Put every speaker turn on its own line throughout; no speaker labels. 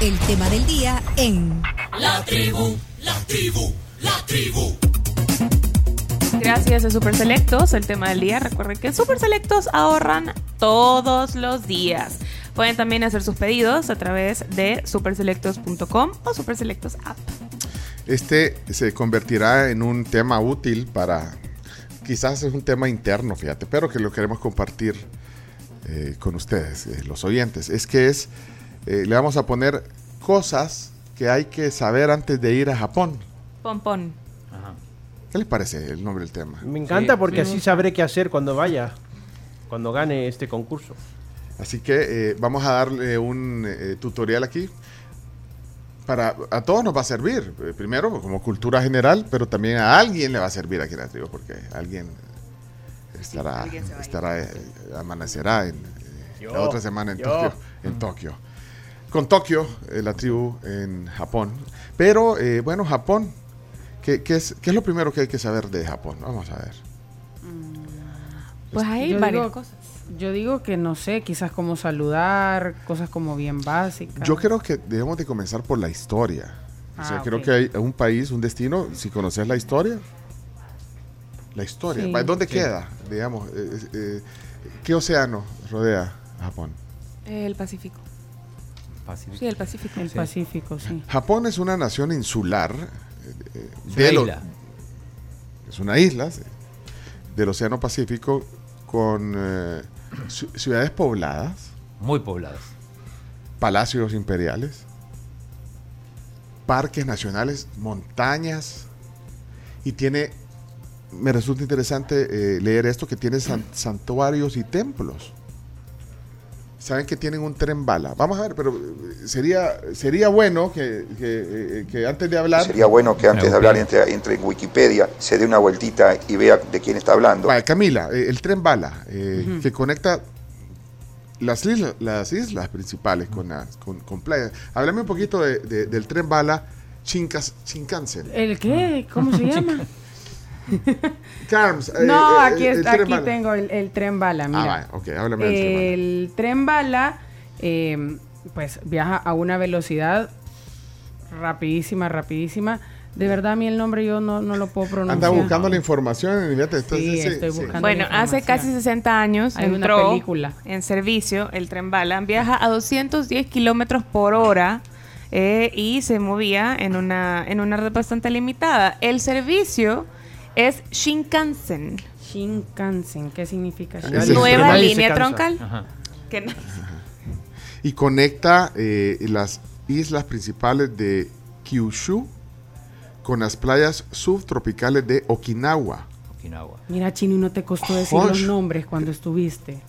el tema del día en
La tribu, la tribu, la tribu.
Gracias a Super Selectos, el tema del día. Recuerden que Super Selectos ahorran todos los días. Pueden también hacer sus pedidos a través de superselectos.com o Superselectos app.
Este se convertirá en un tema útil para. Quizás es un tema interno, fíjate, pero que lo queremos compartir eh, con ustedes, eh, los oyentes. Es que es. eh, le vamos a poner cosas que hay que saber antes de ir a Japón.
Pompón.
¿Qué les parece el nombre del tema?
Me encanta
Sí,
porque
sí.
así sabré qué hacer cuando vaya, cuando gane este concurso.
Así que eh, vamos a darle un eh, tutorial aquí. Para, a todos nos va a servir, eh, primero como cultura general, pero también a alguien le va a servir aquí en la tribu, porque alguien estará,
alguien se va a ir.
estará eh, amanecerá en, eh,
Yo,
la otra semana en
yo.
Tokio, en Tokio. Con Tokio, eh, la tribu en Japón. Pero eh, bueno, Japón, ¿qué, qué es, ¿qué es lo primero que hay que saber de Japón? Vamos a ver.
Pues hay
yo
varias
digo-
cosas.
Yo digo que no sé, quizás como saludar, cosas como bien básicas.
Yo creo que debemos de comenzar por la historia. O sea,
Ah,
creo
ok.
que hay un país, un destino, si conoces la historia, la historia.
Sí.
¿pa- ¿Dónde
Sí.
queda, digamos? eh, eh, ¿Qué océano rodea a Japón?
El Pacífico. Sí, el Pacífico.
El Pacífico, sí.
Japón es una nación insular. eh, eh,
Es
de
una
lo-
isla.
Es una isla sí, del Océano Pacífico con eh, ci- ciudades pobladas,
Muy pobladas.
palacios imperiales, parques nacionales, montañas, y tiene, me resulta interesante eh, leer esto, que tiene san- santuarios y templos. Saben que tienen un tren bala. Vamos a ver, pero eh, sería, sería bueno que, que, eh, que antes de hablar...
Sería bueno que antes de hablar
Wikipedia.
entre, entre en Wikipedia, se dé una vueltita y vea de quién está hablando.
Vale, Camila, eh, el tren bala, eh, que conecta las islas, las islas principales con, las- con, con playas. Háblame un poquito de- de- del tren bala Shinkas- Shinkansen.
¿El qué? ¿Cómo se llama?
Carms, eh,
no,
eh,
aquí,
el
está-
tren
aquí
bala.
tengo el, el tren bala, mira. Eh,
Ah, vale, ok, háblame del tren bala.
El tren bala, eh, pues viaja a una velocidad rapidísima, rapidísima. De verdad, a mí el nombre yo no, no lo puedo pronunciar.
Anda buscando la información y fíjate,
Sí,
entonces,
estoy buscando.
Bueno,
Dando
hace
información.
casi 60 años
Hay una
entró
película.
en servicio el tren bala. Viaja a 210 kilómetros por hora eh, y se movía en una, en una red bastante limitada. El servicio es Shinkansen,
Shinkansen, ¿qué significa
Es el
Shinkansen?
tren
nueva
bala
y se
línea
cansa.
troncal.
Ajá.
Que no-
Y conecta eh, las islas principales de Kyushu con las playas subtropicales de Okinawa.
Okinawa.
Mira, Chino, no te costó decir
Josh.
los nombres cuando estuviste.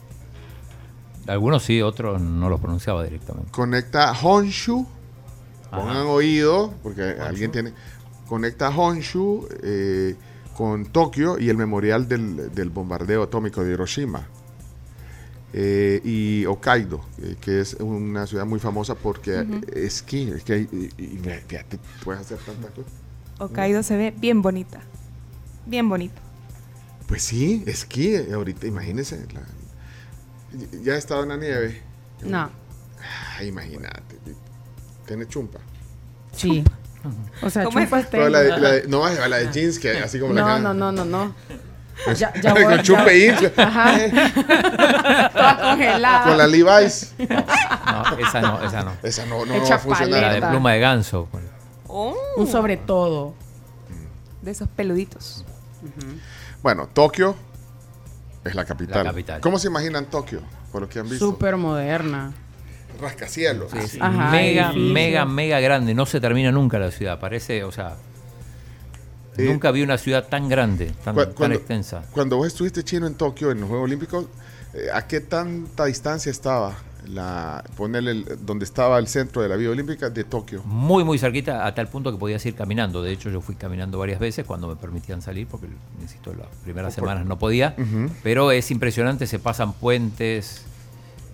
Algunos sí, otros no los pronunciaba directamente.
Conecta Honshu.
Ajá.
Pongan oído, porque alguien tiene. Conecta Honshu eh, con Tokio y el memorial del, del bombardeo atómico de Hiroshima. Eh, y Hokkaido, eh, que es una ciudad muy famosa porque esquí. Es que hay- y- y- mira, fíjate, puedes hacer tantas cosas.
Hokkaido se ve bien bonita. Bien bonita.
Pues sí, esquí. eh, Ahorita, imagínense. la- y- ya he estado en la nieve.
No,
Ah, imagínate. Tiene chumpa.
sí. O sea,
¿Cómo es? este? Ah.
chupas
Pero la de- la de- no, la de jeans, que así como la
No,
cara.
no, no, no, no. Ya, ya voy,
con
ya-
chupe jeans.
Ajá. Toda
Con la
congelada.
Levi's.
No, esa no, esa no.
Esa no, no
Hecha
va a funcionar.
La de
Mierda.
pluma de ganso.
Oh,
Un sobre todo.
de esos peluditos.
Bueno, Tokio es la capital.
La capital.
¿Cómo se imaginan Tokio? Por lo que han visto.
Súper moderna.
Rascacielos.
Es
Ajá,
mega,
edificio.
mega, mega grande. No se termina nunca la ciudad. Parece, o sea,
Eh,
nunca vi una ciudad tan grande, tan,
Cu-
tan
cuando,
extensa.
cuando vos estuviste chino en Tokio en los Juegos Olímpicos, eh, ¿a qué tanta distancia estaba la ponerle el- donde estaba el centro de la Vía Olímpica de Tokio?
Muy, muy cerquita, a tal punto que podías ir caminando. De hecho, yo fui caminando varias veces cuando me permitían salir, porque, insisto, las primeras semanas no podía. Pero es impresionante, se pasan puentes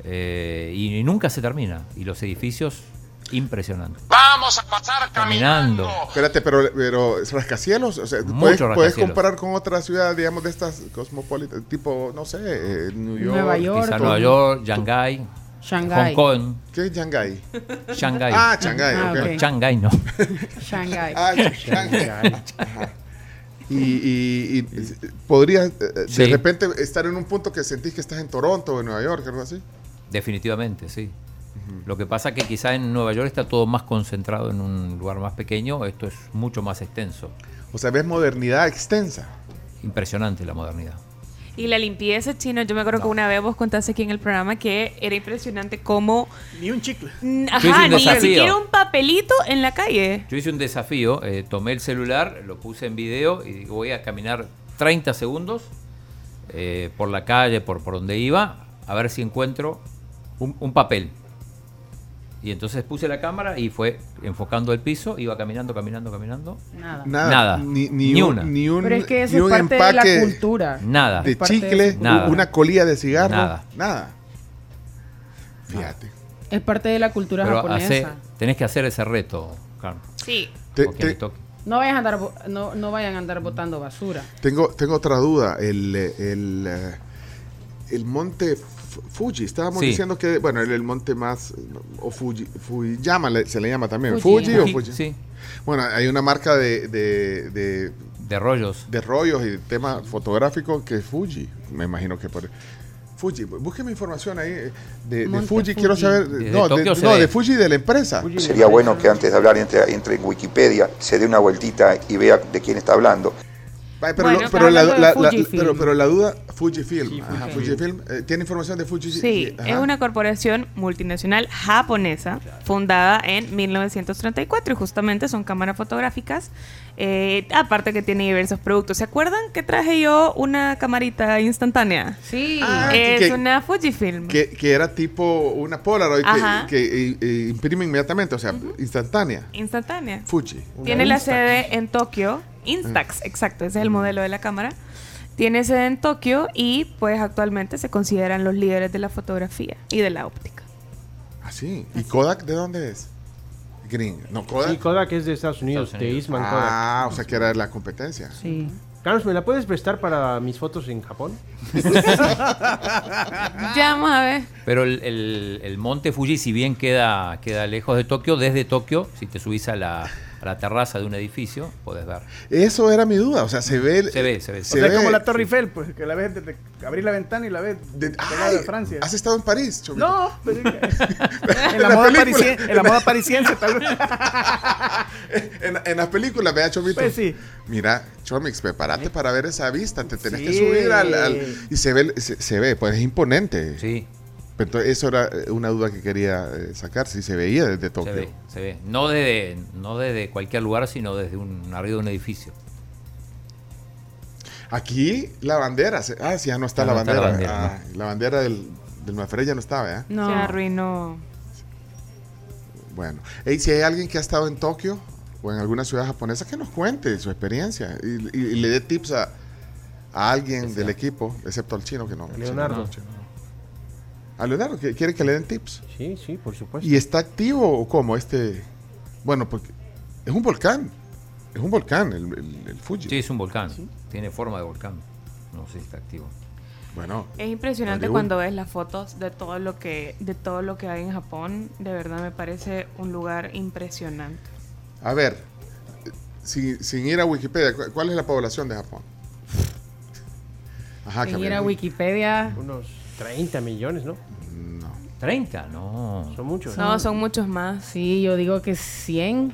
eh, y, nunca se termina. Y los edificios, impresionantes.
Vamos a pasar
Caminando.
Espérate, pero, pero ¿es rascacielos, o sea,
Mucho
¿puedes, puedes
rascacielos.
comparar con otra ciudad, digamos, de estas cosmopolitas, tipo, no sé, eh, New York.
Nueva York.
Quizá Nueva York, Shanghái, Hong
Shanghái.
Kong,
¿Qué es Shanghái?
Shanghái.
Ah, Shanghái,
Ah,
ok.
ok.
Shanghái no.
Shanghái.
Ah, Shanghái. Ajá. Y, y- y podrías eh, eh, de
Sí.
repente estar en un punto que sentís que estás en Toronto o en Nueva York, algo así.
Definitivamente, sí. Lo que pasa que quizá en Nueva York está todo más concentrado en un lugar más pequeño, esto es mucho más extenso.
O sea, ves modernidad extensa.
Impresionante la modernidad.
Y la limpieza, chino, yo me acuerdo que una vez vos contaste aquí en el programa que era impresionante cómo...
Ni un chicle.
Mm,
hice un
Ajá, ni
desafío.
siquiera un papelito en la calle.
Yo hice un desafío, eh, tomé el celular, lo puse en video y digo, voy a caminar 30 segundos eh, por la calle, por, por donde iba, a ver si encuentro un, un papel. Y entonces puse la cámara y fue enfocando el piso, iba caminando, caminando, caminando.
Nada.
Nada.
Nada.
Ni, ni
Ni
un,
una.
Ni un,
Pero es que
ni
eso
un
es parte de la
empaque
cultura.
Nada.
de
parte de
chicle,
eso.
u-
Nada.
una colilla de cigarro. Nada.
Nada.
Fíjate.
Ah. Es parte de la cultura
Pero
japonesa.
hace- tenés que hacer ese reto, Carmen.
Sí.
Te-
Porque me
te-
toque.
No vayan a andar, bo- no, no vayan a andar botando basura.
tengo, tengo otra duda. El, eh, el, eh, el monte F- Fuji, estábamos
Sí.
diciendo que, bueno, el, el monte más, eh, o Fuji, Fujiyama le- se le llama también.
Fuji.
Fuji, o
Fuji,
Fuji.
sí.
Bueno, hay una marca de, de, de,
De rollos.
de rollos y temas fotográficos que es Fuji. Me imagino que por... Fuji, búsqueme información ahí eh, de, de
Monte
Fuji,
Fuji.
quiero saber...
Desde
no, de,
Tokio se
no,
ve.
de Fuji de la empresa.
Sería bueno que antes de hablar entre, entre en Wikipedia, se dé una vueltita y vea de quién está hablando.
Ay, Pero,
Bueno,
lo-
está
pero, la,
hablando
la-
de
la-
Fujifilm.
pero, pero la duda, Fujifilm. Ajá,
Fujifilm.
Fujifilm, eh, ¿Tiene información de Fujifilm?
Sí, es una corporación multinacional japonesa fundada en 1934 y justamente son cámaras fotográficas, eh, aparte que tiene diversos productos. ¿Se acuerdan que traje yo una camarita instantánea?
Sí.
Ah,
es
que-
una Fujifilm.
Que, que era tipo una Polaroid que-
Ajá.
que, eh, eh, imprime inmediatamente, o sea, instantánea.
instantánea.
Fuji.
Tiene la sede en Tokio,
Mm.
Instax, exacto, ese es el modelo de la cámara. Tiene sede en Tokio y pues actualmente se consideran los líderes de la fotografía y de la óptica.
Así. Ah, ¿Y Kodak de dónde es? Green. No, Kodak.
Sí, Kodak es de Estados Unidos,
Estados
de
Unidos.
Eastman Kodak.
ah, o sea, que era la competencia.
Sí.
Carlos, ¿me la puedes prestar para mis fotos en Japón?
Ah. Ya vamos a ver.
Pero el, el- el monte Fuji, si bien queda, queda lejos de Tokio, desde Tokio, si te subís a la, a la terraza de un edificio, podés ver.
Eso era mi duda, o sea, se ve... el-
Se ve, se ve.
Se
o sea,
ve-
es como la Torre Eiffel, pues, que la ves desde abrir la ventana y la ves
de-
de,
Ay,
de Francia.
¿Has estado en París, Chomito?
No, pero en
la
la, moda
película.
parisien- en la moda parisiense tal vez.
En, en las películas, vea, Chomito.
Pues sí.
Mira, Chomix, prepárate para ver esa vista. Te tenés que
Sí.
subir al. al- y se ve, se, se ve, pues es imponente.
Sí,
Pero entonces, eso era eh, una duda que quería eh, sacar, si se veía desde
se
Tokio.
ve, se ve. No desde, no desde cualquier lugar, sino desde un arriba de un edificio.
Aquí la bandera. se- ah, sí, ya no está
Ya
la
no está
bandera.
la
Ah, la bandera,
bandera,
del, del Mafre ya no estaba, ¿eh? ¿verdad?
No.
Se arruinó.
Bueno. Y si hay alguien que ha estado en Tokio o en alguna ciudad japonesa, que nos cuente su experiencia y, y- y le dé tips a, a alguien del equipo, excepto al chino que no.
Leonardo.
A Leonardo, que quiere que le den tips.
Sí, sí, por supuesto.
¿Y está activo o cómo este? Bueno, porque es un volcán. Es un volcán, el, el- el Fuji.
Sí, es un volcán. Tiene forma de volcán. No sé si está activo.
Bueno,
Es impresionante
Hollywood.
cuando ves las fotos de todo lo que de todo lo que hay en Japón, de verdad me parece un lugar impresionante.
a ver, eh, sin, sin ir a Wikipedia, ¿cu- ¿cuál es la población de Japón? Ajá,
Sin
Camila.
ir a Wikipedia.
Unos 30 millones, ¿no?
No.
30, no.
Son muchos.
No, son muchos más.
Sí, yo digo que 100.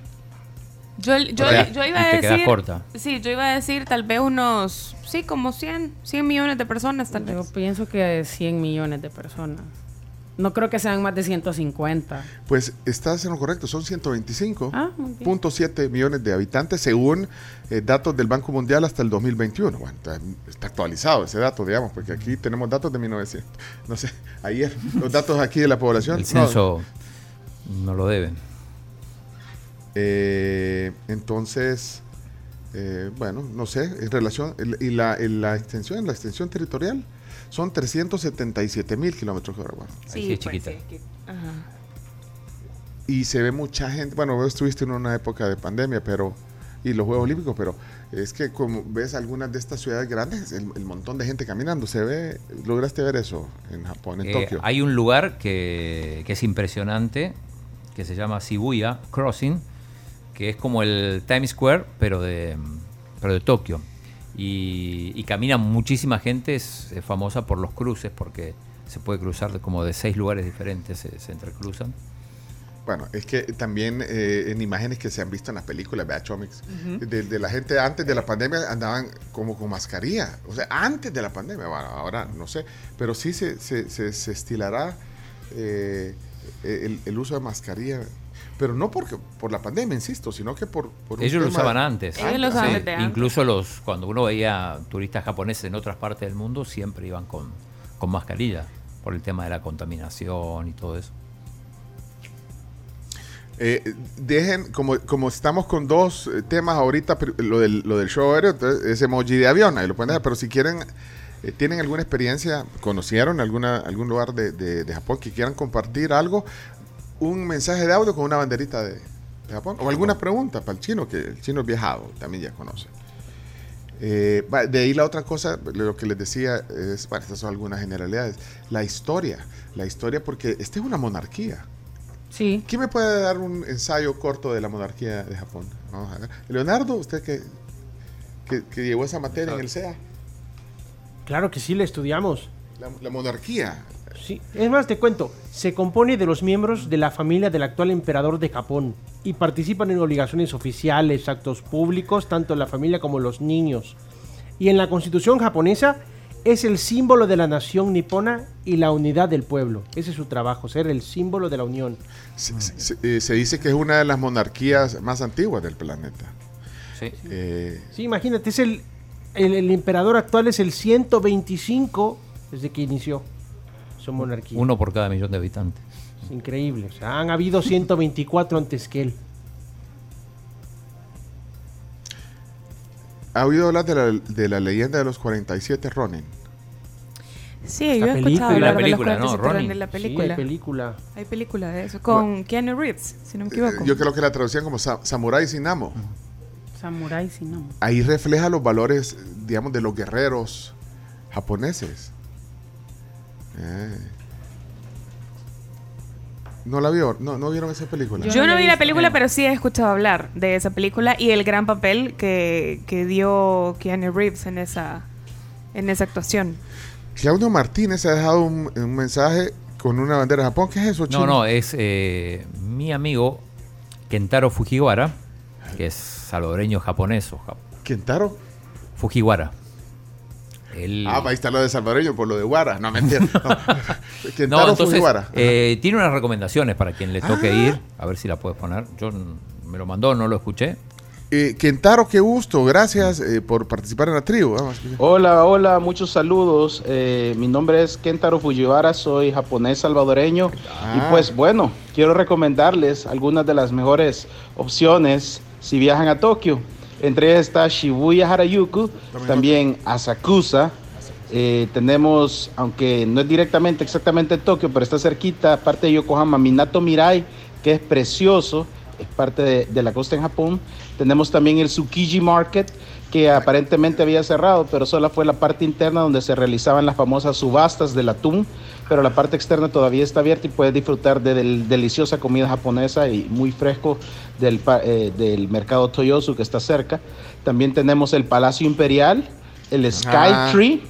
Yo, yo,
O sea,
yo iba a
y te
decir
quedas corta.
Sí, yo iba a decir tal vez unos sí, como 100, 100 millones de personas tal
Yo
vez.
pienso que 100 millones de personas. No creo que sean más de 150.
Pues estás en lo correcto, son 125.7
Ah, muy bien.
millones de habitantes según eh, datos del Banco Mundial hasta el 2021. Bueno, está, está actualizado ese dato, digamos, porque aquí tenemos datos de 1900. No sé, ayer los datos aquí de la población.
El
no,
censo no lo deben.
Eh, entonces, eh, bueno, no sé, en relación, el- y la, el- la extensión, la extensión territorial son 377 mil kilómetros cuadrados.
Ahí
pues,
sí es chiquita.
Y se ve mucha gente, bueno, vos estuviste en una época de pandemia, pero y los Juegos Olímpicos, pero es que como ves algunas de estas ciudades grandes, el, el montón de gente caminando, se ve, lograste ver eso en Japón, en
Eh,
Tokio.
Hay un lugar que, que es impresionante, que se llama Shibuya Crossing, que es como el Times Square, pero de, pero de Tokio. Y, y camina muchísima gente, es, es famosa por los cruces, porque se puede cruzar de- como de seis lugares diferentes, se, se entrecruzan.
Bueno, es que también eh, en imágenes que se han visto en las películas, vea Chomix, de, de la gente antes de la pandemia andaban como con mascarilla. O sea, antes de la pandemia, bueno, ahora no sé, pero sí se, se, se- se estilará eh, el, el uso de mascarilla. Pero no porque por la pandemia, insisto, sino que por... por un
Ellos lo
tema- Ah,
usaban antes.
Ellos lo usaban
Sí,
desde antes.
Incluso los, cuando uno veía turistas japoneses en otras partes del mundo, siempre iban con, con mascarilla, por el tema de la contaminación y todo eso.
Eh, dejen, como, como estamos con dos eh, temas ahorita, pri- lo del, lo del show aéreo, entonces, es emoji de avión, ahí lo pueden dejar, pero si quieren, eh, tienen alguna experiencia, conocieron alguna, algún lugar de, de- de Japón que quieran compartir algo, un mensaje de audio con una banderita de, de Japón, o alguna pregunta para el chino, que el chino es viajado, también ya conoce. Eh, va, de ahí la otra cosa, lo que les decía es, bueno, estas son algunas generalidades, la historia, la historia porque esta es una monarquía.
Sí.
¿Quién me puede dar un ensayo corto de la monarquía de Japón? Vamos a ver. Leonardo, usted que, que, que llevó esa materia en el SEA,
Claro que sí, la estudiamos.
la, la monarquía.
Sí. Es más, te cuento, se compone de los miembros de la familia del actual emperador de Japón y participan en obligaciones oficiales, actos públicos, tanto la familia como los niños. Y en la constitución japonesa es el símbolo de la nación nipona y la unidad del pueblo. Ese es su trabajo, ser el símbolo de la unión.
Se, se- se- eh, se dice que es una de las monarquías más antiguas del planeta.
Sí.
Eh,
Sí, imagínate, es el, el, el emperador actual es el 125 desde que inició su monarquía.
Uno por cada millón de habitantes.
Es increíble. O sea, han habido 124 antes que él.
¿Ha oído hablar de la, de la leyenda de los 47 Ronin?
Sí,
La
yo he escuchado
película.
hablar
La
de los
película, ¿no,
47
Ronnie?
de la
Sí,
película.
hay película.
Hay película de eso, con Keanu Reeves, si no me equivoco.
Eh, Yo creo que la traducían como sa- Samurai sin amo.
Samurai, sí, no.
Ahí refleja los valores, digamos, de los guerreros japoneses. Eh. ¿No la vio? ¿No, ¿No vieron esa película?
Yo
Yo
no la
no
he
vi la
visto.
película,
No.
pero sí he escuchado hablar de esa película y el gran papel que, que dio Keanu Reeves en esa, en esa actuación.
Claudio Martínez ha dejado un, un mensaje con una bandera de Japón. ¿Qué es eso,
No,
chino?
no, es eh, mi amigo Kentaro Fujiwara, que es salvadoreño japonés. o jap-
¿Quintaro?
Fujiwara. Él-
Ah, ahí está lo de salvadoreño por lo de Guara. No, mentira. No.
No,
Quintaro
entonces,
Fujiwara. Ah.
eh, tiene unas recomendaciones para quien le toque ir. A ver si la puedes poner. Yo n- me lo mandó, no lo escuché.
Eh, Quintaro, qué gusto. Gracias eh, por participar en la tribu. Ah, Vamos.
Hola, hola, muchos saludos. Eh, mi nombre es Kentaro Fujiwara, soy japonés salvadoreño.
Ah.
Y pues bueno, quiero recomendarles algunas de las mejores opciones si viajan a Tokio. Entre ellas está Shibuya Harajuku, también Asakusa. Eh, tenemos, aunque no es directamente exactamente Tokio, pero está cerquita, parte de Yokohama, Minato Mirai, que es precioso, es parte de, de la costa en Japón. Tenemos también el Tsukiji Market, que aparentemente había cerrado, pero solo fue la parte interna donde se realizaban las famosas subastas del atún, pero la parte externa todavía está abierta y puedes disfrutar de, del- deliciosa comida japonesa y muy fresco del, pa- eh, del mercado Toyosu que está cerca. También tenemos el Palacio Imperial, el Sky
Ah.
Tree,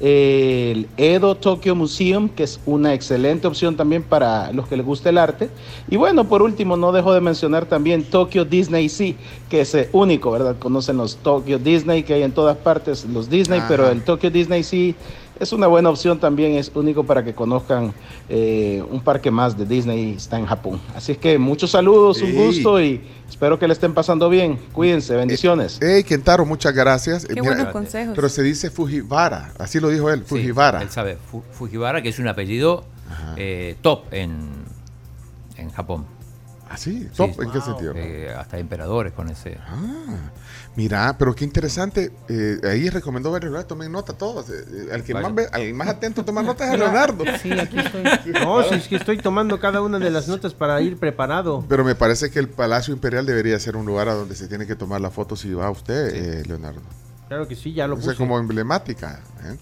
el Edo Tokyo Museum, que es una excelente opción también para los que les gusta el arte. Y bueno, por último, no dejo de mencionar también Tokyo Disney Sea, que es eh, único, ¿verdad? Conocen los Tokyo Disney que hay en todas partes, los Disney,
Ajá.
pero el Tokyo Disney Sea es una buena opción también, es único para que conozcan eh, un parque más de Disney, está en Japón. Así es que muchos saludos, un
Sí.
gusto y espero que le estén pasando bien. Cuídense, bendiciones.
Hey, Quintaro, eh, muchas gracias. Eh,
Qué
mira,
buenos consejos.
Pero se dice Fujiwara. Así lo dijo él,
Sí,
Fujiwara.
él sabe, Fu- Fujiwara, que es un apellido eh, top en, en Japón.
¿Ah, sí? ¿Top? ¿En qué sentido? Ah,
Eh, hasta emperadores con ese.
Mira, pero qué interesante. eh, ahí recomendó varios lugares. Tomen nota todos. eh, eh, al, que
Vaya.
más ve- al más atento toma nota es a Leonardo.
Sí, aquí estoy.
No, si es que estoy tomando cada una de las notas para ir preparado.
Pero me parece que el Palacio Imperial debería ser un lugar a donde se tiene que tomar la foto si va usted, eh, Leonardo.
Claro que sí, ya lo
O sea,
puse.
Pues como emblemática. ¿eh?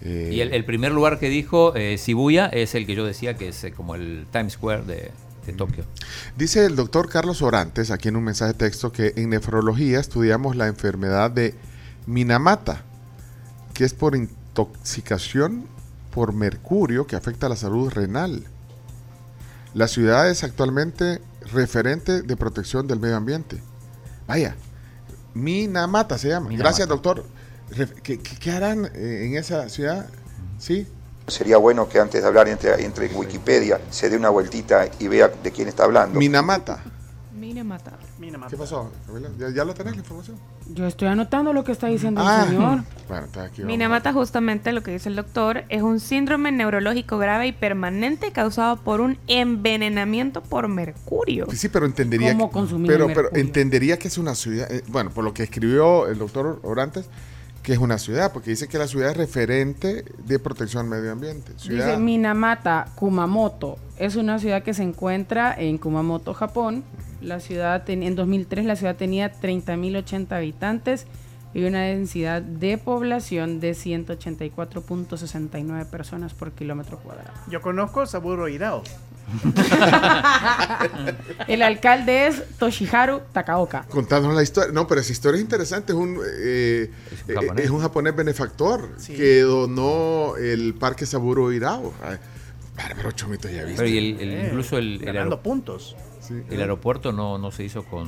Eh,
Y el, el primer lugar que dijo eh, Shibuya es el que yo decía que es eh, como el Times Square de, de Tokio.
Mm, Dice el doctor Carlos Orantes, aquí en un mensaje de texto, que en nefrología estudiamos la enfermedad de Minamata, que es por intoxicación por mercurio que afecta a la salud renal. La ciudad es actualmente referente de protección del medio ambiente. Vaya, Minamata se llama.
Minamata.
Gracias, doctor. Ref- ¿Qué, qué- qué harán eh, en esa ciudad? Sí,
Sería bueno que antes de hablar entre, entre en Wikipedia, se dé una vueltita y vea de quién está hablando.
Minamata.
Mire, mata.
Mina, mata.
¿Qué pasó? Camila? ¿Ya, ya lo tenés la información?
Yo estoy anotando lo que está diciendo
Ah.
el señor.
Bueno, está aquí. vamos.
Minamata, justamente lo que dice el doctor, es un síndrome neurológico grave y permanente causado por un envenenamiento por mercurio.
Pues Sí, pero entendería.
¿Cómo
que-
consumir
pero,
el
pero
mercurio?
entendería que es una ciudad. eh, bueno, por lo que escribió el doctor Orantes, que es una ciudad, porque dice que la ciudad es referente de protección al medio ambiente. Ciudad.
Dice Minamata, Kumamoto. Es una ciudad que se encuentra en Kumamoto, Japón. La ciudad ten- en 2003 la ciudad tenía 30.080 habitantes y una densidad de población de 184.69 personas por kilómetro cuadrado.
Yo conozco Saburo Hirao.
El alcalde es Toshiharu Takaoka.
Contándonos la historia. No, pero esa historia es interesante. Es un, eh,
Es
eh,
un japonés.
es un japonés benefactor
Sí.
que donó el parque Saburo Hirao. Ay, Bárbaro Chomito, ya viste.
Pero y el- el-
Eh,
incluso el, el,
ganando
aero-
puntos.
Sí. ¿eh?
el aeropuerto no, no se hizo con,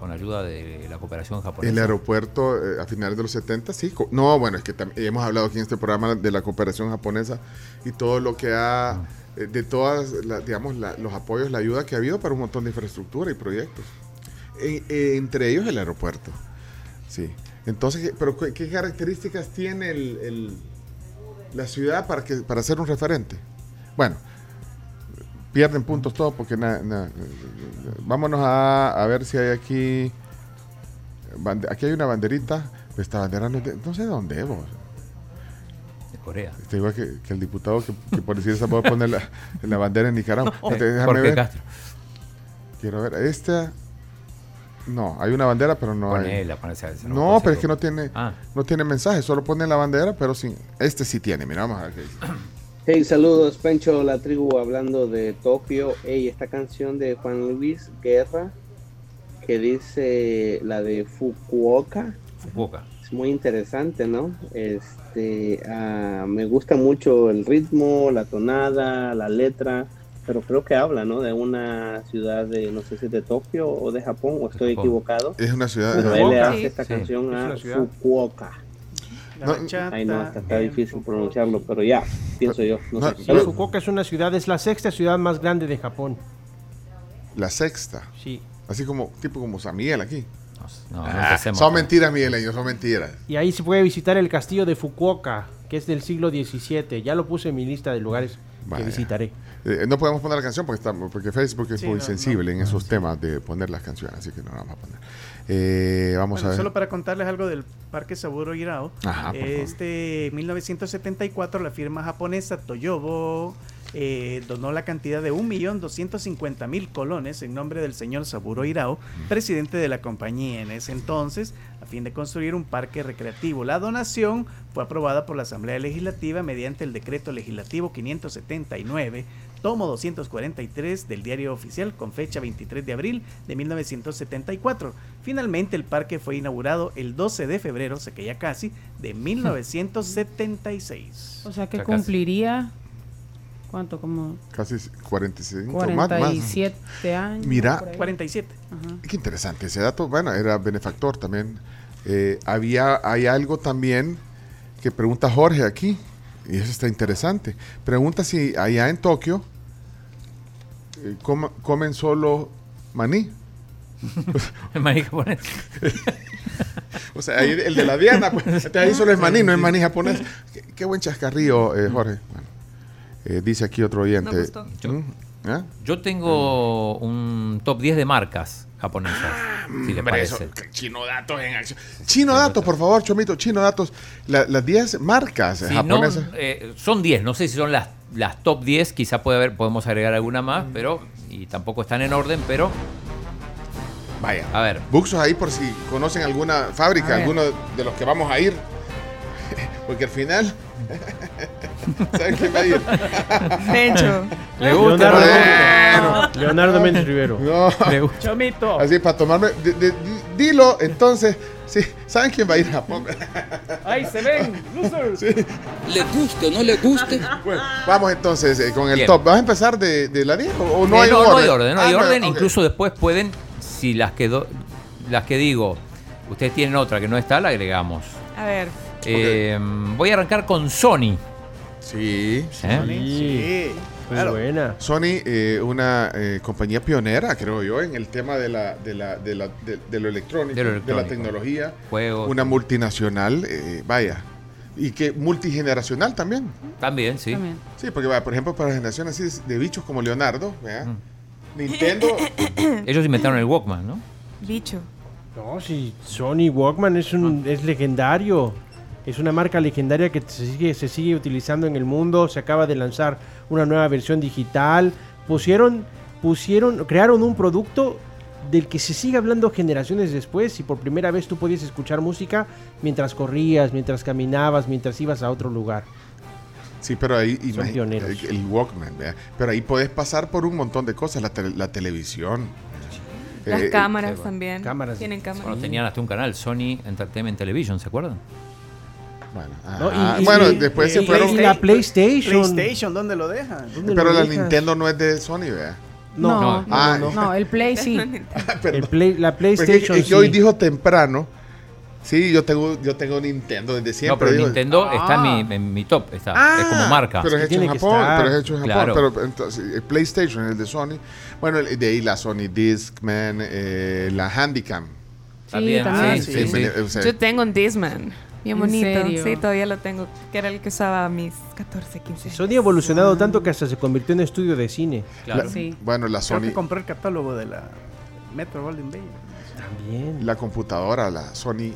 con ayuda de la cooperación japonesa.
El aeropuerto eh, a finales de los 70, sí. co- No, bueno, es que tam- hemos hablado aquí en este programa de la cooperación japonesa y todo lo que ha, eh, de todas, la- digamos, la- los apoyos, la ayuda que ha habido para un montón de infraestructura y proyectos. E- e- entre ellos el aeropuerto. Sí. Entonces, ¿qué- ¿pero qué, qué características tiene el- el- la ciudad para, que, para ser un referente? Bueno, pierden puntos todos porque nada. nada. vámonos a, a ver si hay aquí. Bande- aquí hay una banderita. pero Esta bandera no, es de- no sé de dónde es, vos.
de Corea.
Está igual que, que el diputado que, que por decir esa puede poner la, la bandera en Nicaragua. Espérate, déjame
Jorge
ver.
Castro.
Quiero ver. Esta. No, hay una bandera, pero no hay.
Ponela, ponela, esa
No,
puede ser
pero es que
todo.
no tiene,
Ah.
no tiene mensaje. Solo pone la bandera, pero sin. Este sí tiene. Mira, vamos a ver qué dice.
Hey, saludos, Pencho, la tribu hablando de Tokio. Hey, esta canción de Juan Luis Guerra, que dice la de Fukuoka,
Fukuoka.
es muy interesante, ¿no? Este, ah, me gusta mucho el ritmo, la tonada, la letra, pero creo que habla, ¿no? De una ciudad de, no sé si de Tokio o de Japón, o estoy
Japón.
equivocado.
Es una ciudad.
Pero él le
Fukuoka.
hace esta
Sí,
canción
es
a
una ciudad.
Fukuoka.
La
No,
bachata,
Ay, no, hasta está
el
difícil
fútbol.
pronunciarlo, pero ya, pienso yo. No
No,
sé si-
Sí, Fukuoka es una ciudad, es la sexta ciudad más grande de Japón.
La sexta.
Sí.
Así como, tipo como San Miguel aquí.
No, no, no
Ah,
empecemos
son
con-
mentiras, Migueleños, son mentiras.
Y ahí se puede visitar el castillo de Fukuoka, que es del siglo XVII. Ya lo puse en mi lista de lugares
Vaya.
que visitaré.
Eh, no podemos poner la canción porque, estamos, porque Facebook es
Sí,
muy
no,
sensible en esos temas de poner las canciones, así que no la vamos a poner. Eh, vamos
Bueno,
a ver.
solo para contarles algo del Parque Saburo Hirao.
Ajá, por favor.
este 1974 la firma japonesa Toyobo eh, donó la cantidad de 1.250.000 colones en nombre del señor Saburo Hirao, presidente de la compañía en ese entonces, a fin de construir un parque recreativo. La donación fue aprobada por la Asamblea Legislativa mediante el decreto legislativo 579, tomo 243 del diario oficial con fecha 23 de abril de 1974. Finalmente el parque fue inaugurado el 12 de febrero, o sea que ya casi, de 1976.
O sea que
Ya casi.
cumpliría, ¿cuánto? Como
Casi 45 más, más.
47 años.
Mira.
por ahí.
47.
Ajá.
Qué interesante ese dato. Bueno, era benefactor también. Eh, había, hay algo también que pregunta Jorge aquí, y eso está interesante. Pregunta si allá en Tokio eh, coma- comen solo maní.
El maní japonés.
O sea, ahí el de la Diana, pues, entonces ahí solo es maní, no es maní japonés. Qué, qué buen chascarrillo, eh, Jorge. Bueno, eh, dice aquí otro oyente.
No gustó.
Mm, ¿eh?
Yo tengo un top 10 de marcas japonesas. si le
Ah, Hombre, eso,
parece.
chino datos en acción. Chino datos, por favor, Chomito, chino datos. La- las 10 marcas
Si no,
japonesas.
eh, son 10, no sé si son las, las top 10, quizá puede haber, podemos agregar alguna
Mm.
más, pero y tampoco están en orden, pero
Vaya.
a ver.
Buxos ahí por si conocen alguna fábrica,
A ver.
alguno de los que vamos a ir. Porque al final. ¿Saben quién va a ir?
Pencho.
Le gusta, Leonardo.
Bueno.
Leonardo Méndez Rivero.
No.
Le gusta.
Chomito.
Así para tomarme. di- di- di- dilo, entonces. Sí, ¿saben quién va a ir a Japón?
¡Ay, se ven! ¡Losers!
Le guste o no le guste.
Bueno, vamos entonces eh, con el
Bien.
top. ¿Vas a empezar de, de la 10 o, o no,
Eh,
hay
no,
orden?
no hay orden, no hay
Ah,
orden.
ok.
Incluso después pueden, si las que, do- las que digo, ustedes tienen otra que no está, la agregamos.
A ver.
Eh, voy a arrancar con Sony.
Sí.
¿eh?
Sí.
Muy
Claro.
buena.
Sony, eh, una eh, compañía pionera, creo yo, en el tema de, la, de, la, de, la- de- de lo electrónico,
De lo
de la
electrónico.
tecnología.
Juegos.
Una multinacional, eh, vaya. Y que multigeneracional también.
También, sí.
También.
Sí, porque vaya, por ejemplo, para generaciones así de bichos como Leonardo, ¿vea?
Mm.
Nintendo, Eh,
Ellos inventaron el Walkman, ¿no?
Bicho.
No, si Sony Walkman es un es legendario. Es una marca legendaria que se sigue, se sigue utilizando en el mundo. Se acaba de lanzar una nueva versión digital. Pusieron, pusieron, crearon un producto del que se sigue hablando generaciones después. Y por primera vez tú podías escuchar música mientras corrías, mientras caminabas, mientras ibas a otro lugar.
Sí, pero ahí imagi-
pioneros.
el, el Walkman, ¿verdad? pero ahí podés pasar por un montón de cosas, la, tele- la televisión.
Las
Eh,
cámaras también.
Cámaras.
Tienen
Bueno,
cámaras.
tenían hasta un canal, Sony Entertainment Television, ¿se acuerdan?
Bueno,
¿no?
ah,
Y- y-
bueno,
y-
después
y-
se
y
fueron.
la PlayStation.
PlayStation, ¿dónde lo dejan?
¿Dónde lo
pero la
dejas?
Nintendo no es de Sony, ¿verdad?
No,
No, no,
Ah,
no, no, el Play sí.
el Play- la
Porque es
PlayStation.
que hoy
sí.
dijo temprano. Sí, yo tengo, yo tengo Nintendo desde siempre.
no, pero
digo,
Nintendo está en
Ah.
mi, en mi top, está. es
Ah,
como marca.
Pero es
Sí,
hecho en
tiene que
Japón,
estar.
pero es hecho en Japón.
Claro.
Pero entonces, el PlayStation, el de Sony. Bueno, el- de ahí la Sony Discman, eh, la Handicam.
Sí, también.
sí,
Sí,
sí, sí.
o sea,
Yo tengo un Disman. Bien
¿En
bonito.
serio?
Sí, todavía lo tengo. Que era el que usaba a mis 14, 15 años.
Sony ha evolucionado tanto que hasta se convirtió en estudio de cine.
Claro.
la-
Sí.
Bueno, la
Creo
Sony.
que compró el catálogo de la Metro Golden Bay.
También.
La computadora, la Sony.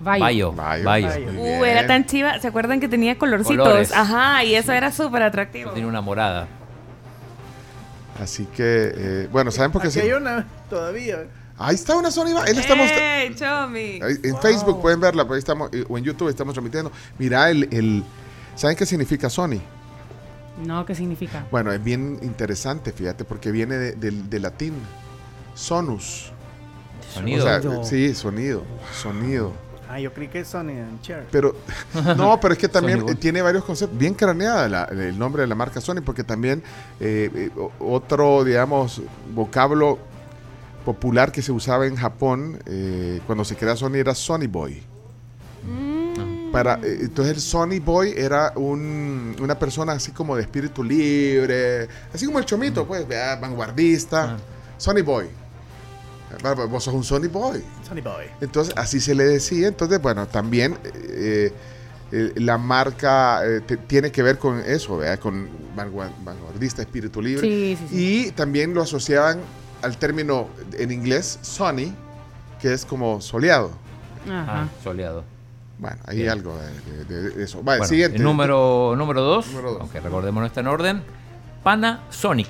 Vaya.
Bayo.
Bayo.
Bayo.
Bayo.
Muy
Uh,
bien.
era tan chiva. ¿Se acuerdan que tenía colorcitos?
Colores.
Ajá, y eso era súper atractivo.
Tiene una morada.
Así que, eh, bueno, ¿saben por qué?
Aquí
se-
hay una todavía.
Ahí está una Sony. va- Ahí la estamos.
¡Eh!
¡Ey, Chomi!
ahí- en Facebook pueden verla, pero ahí estamos, eh, o en YouTube estamos transmitiendo. Mira, el, el- ¿saben qué significa Sony?
No, ¿qué significa?
Bueno, es bien interesante, fíjate, porque viene de, del- del latín. Sonus. O
Sonido.
sea,
Sonido.
sí, sonido. Sonido.
Ah, yo creí que es Sony and Cher.
Pero, no, pero es que también
Sony, bueno.
tiene varios conceptos. Bien craneada la- el nombre de la marca Sony, porque también eh, eh, o- otro, digamos, vocablo popular que se usaba en Japón eh, cuando se crea Sony era Sony Boy. Para, eh, entonces el Sony Boy era un- una persona así como de espíritu libre, así como el chomito, pues, vea, vanguardista. Sony Boy. Ah, Vos sos un Sony Boy.
Sony Boy.
Entonces, así se le decía. Entonces, bueno, también eh, eh, la marca eh, te- tiene que ver con eso, ¿verdad? Con vanguar- vanguardista, espíritu libre.
Sí, sí, sí.
Y también lo asociaban al término en inglés sunny, que es como soleado.
Ajá.
Ah, soleado.
Bueno, hay
Bien.
algo de, de- de eso. Vale,
Bueno,
siguiente. Eh,
el número, número dos,
Número dos.
aunque recordemos no está en orden, Panasonic.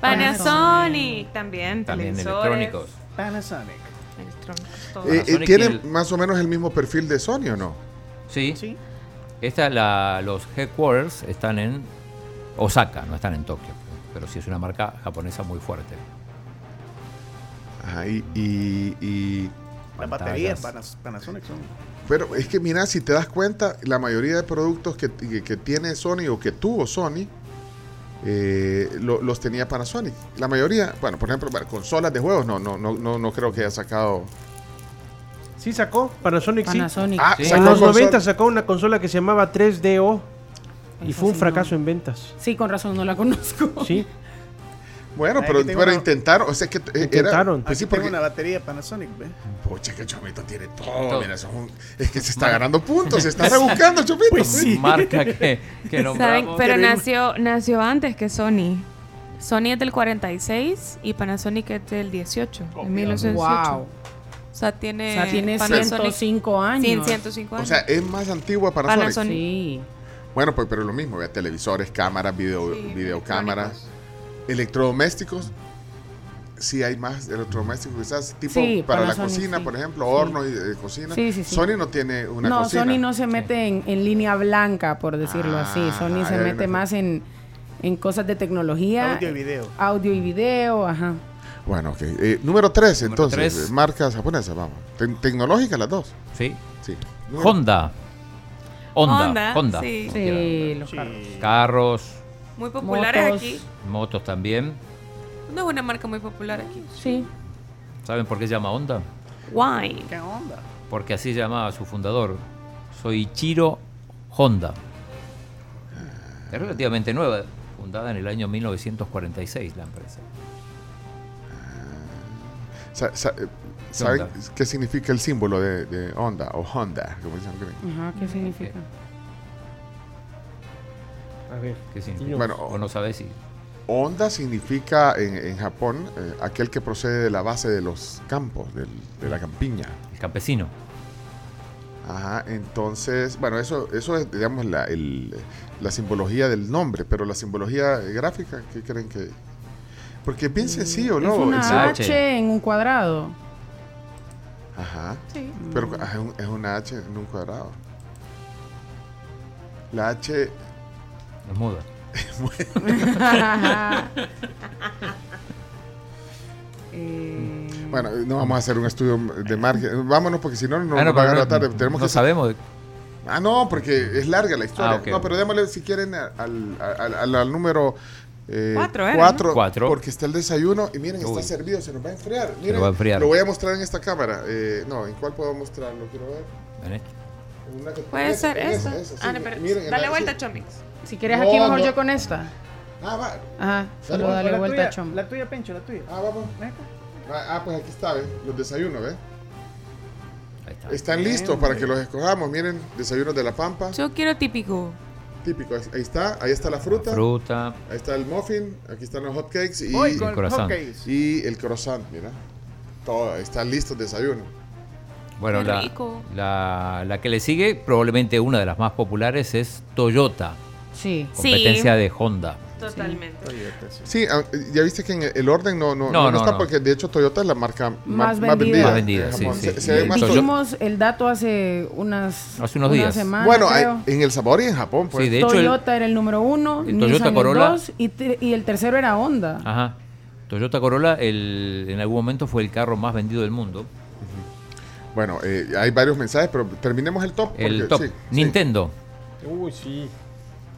Panasonic también.
También
televisores,
electrónicos.
Panasonic.
electrónicos, todo.
Eh, eh,
Panasonic
¿Tiene
y el-
más o menos el mismo perfil de Sony o no?
Sí.
Sí.
Esta, la, los headquarters están en Osaka, no están en Tokio. Pero sí es una marca japonesa muy fuerte.
Ajá, y- y- y eh,
Las baterías
Ah,
Panas- Panasonic son.
Pero es que mira, si te das cuenta, la mayoría de productos que, que- que tiene Sony o que tuvo Sony, eh, lo- los tenía Panasonic. La mayoría, bueno, por ejemplo, bueno, consolas de juegos, no, no, no, no, no creo que haya sacado.
Sí sacó, Panasonic sí.
Panasonic.
Ah,
Sí.
En
sacó
los
consola-
90 sacó una consola que se llamaba 3DO y
Esa
fue un
sí,
fracaso
no.
en ventas.
Sí, con razón, no la conozco.
Sí,
Bueno,
Ay,
pero,
aquí tengo
pero
una-
intentaron, o sea que eh, era-
Intentaron.
pues sí,
Aquí tengo
porque-
una batería Panasonic, ¿ve?
Pucha, que Chomito tiene
Oh,
todo.
Todo.
mira, eso es, un- es que se está ganando puntos, se está rebuscando, Chomito.
Pues sí.
Marca que, que
¿Saben?
nombramos.
Pero
Quiero ir-
nació, nació antes que Sony. Sony es del 46 y Panasonic es del 18, en 1918.
Wow.
O sea, tiene,
O sea, tiene
Panasonic-
105 años.
Sí, 105
O
años.
sea, eh, es más antigua para
Panasonic.
Sí.
Bueno, pues pero lo mismo, vea, televisores, cámaras, video,
Sí,
videocámaras, electrodomésticos. Sí hay más electrodomésticos, quizás tipo
Sí,
para la
Panasonic,
cocina,
sí.
por ejemplo,
Sí.
horno y eh, cocina.
Sí, sí, sí.
Sony no tiene una
no,
cocina.
Sony no se mete en, en línea blanca, por decirlo así.
Ah,
Sony se
ya, ya,
mete
ya.
más en, en cosas de tecnología.
Audio y video.
Audio y video, ajá.
Bueno, ok. Eh, número 3, entonces,
tres.
eh, marcas japonesas, vamos. Te- tecnológicas las dos.
Sí.
Sí. Número-
Honda. Ah. Honda.
Honda,
Honda.
sí.
como quieran.
Sí, los carros.
Carros,
muy populares
Motos.
aquí.
motos también.
No es una marca muy popular aquí.
Sí.
¿Saben por qué se llama Honda?
Wine.
¿Qué onda?
Porque así se llamaba su fundador. Soichiro Honda. Es relativamente nueva, fundada en el año 1946 la empresa.
Sa- sa- eh, ¿Saben
Honda.
qué significa el símbolo de, de Honda o Honda? Como dicen que-
Ajá, ¿qué significa?
A ver.
¿Qué significa?
Dios.
Bueno,
O no sabés si.
Honda significa en, en Japón eh, aquel que procede de la base de los campos, del- de la campiña.
El campesino.
Ajá, entonces, bueno, eso, eso es, digamos, la, el- la simbología del nombre, pero la simbología gráfica, ¿qué creen que...? Porque es bien sencillo,
Mm, es
¿no? El
una
símbolo-
H. en un cuadrado.
Ajá. Pero ah, es un- es una H en un cuadrado. La H...
Es muda.
Eh,
Bueno, no vamos a hacer un estudio de margen. Vámonos porque si no,
Ah,
no nos va a
pero
agarrar tarde. Tenemos
no
que
sabemos. de-
Ah, no, porque es larga la historia.
Ah, ok.
No, pero démosle si quieren al, al- al- al- al número eh,
Cuatro, era,
cuatro,
¿no? Cuatro.
Porque está el desayuno y miren,
Uy.
está servido, se nos va a enfriar. Miren,
va a enfriar.
Lo voy a mostrar en esta cámara. Eh, no, ¿en cuál puedo mostrarlo? Quiero ver.
¿ven esto?
En una que- en
Puede
esa,
ser
en
esa.
esa, esa, sí,
Ah, no, pero
miren, en
dale
la-
vuelta,
sí.
Chomix.
si quieres
No,
aquí, mejor
no.
yo con esta.
Ah, va.
Ajá, solo
Dale,
dale
la
vuelta a
tuya,
Chom.
La tuya, Pencho, la tuya. ¿Eh?
Ah, vamos. Ah, ah, pues aquí está, ¿ves? Los desayunos, ¿ves?
Ahí está.
Están listos para que los escojamos. Miren, desayunos de la pampa.
Yo quiero típico.
Típico. Ahí está, ahí está la fruta.
La fruta.
Ahí está el muffin. Aquí están los hotcakes. Y,
Voy
el corazón.
hotcakes.
y el croissant, mira. Todo, ahí está listo el desayuno.
Bueno,
Qué
la,
rico.
la- la que le sigue, probablemente una de las más populares, es Toyota.
Sí.
Sí.
Competencia de Honda.
Totalmente.
Sí, ah, ya viste que en el orden no, no,
No,
no, no
no,
está
no.
porque de hecho Toyota es la marca ma-
Más vendida.
Más vendida,
en
sí,
Japón.
sí.
Se- se ve
Y-
más
Toyota.
Dijimos el dato hace unas
Hace unos
una
días.
semana,
bueno,
creo.
hay- en El Salvador y en Japón, pues.
Sí, de hecho, el-
Toyota era el número uno,
el
Nissan
Toyota
el
Corolla.
dos y, tre- y el tercero era Honda.
Ajá. Toyota Corolla el, en algún momento fue el carro más vendido del mundo.
Bueno, eh, hay varios mensajes, pero terminemos el top.
El
porque-
top.
sí, sí.
Nintendo.
Uy, sí.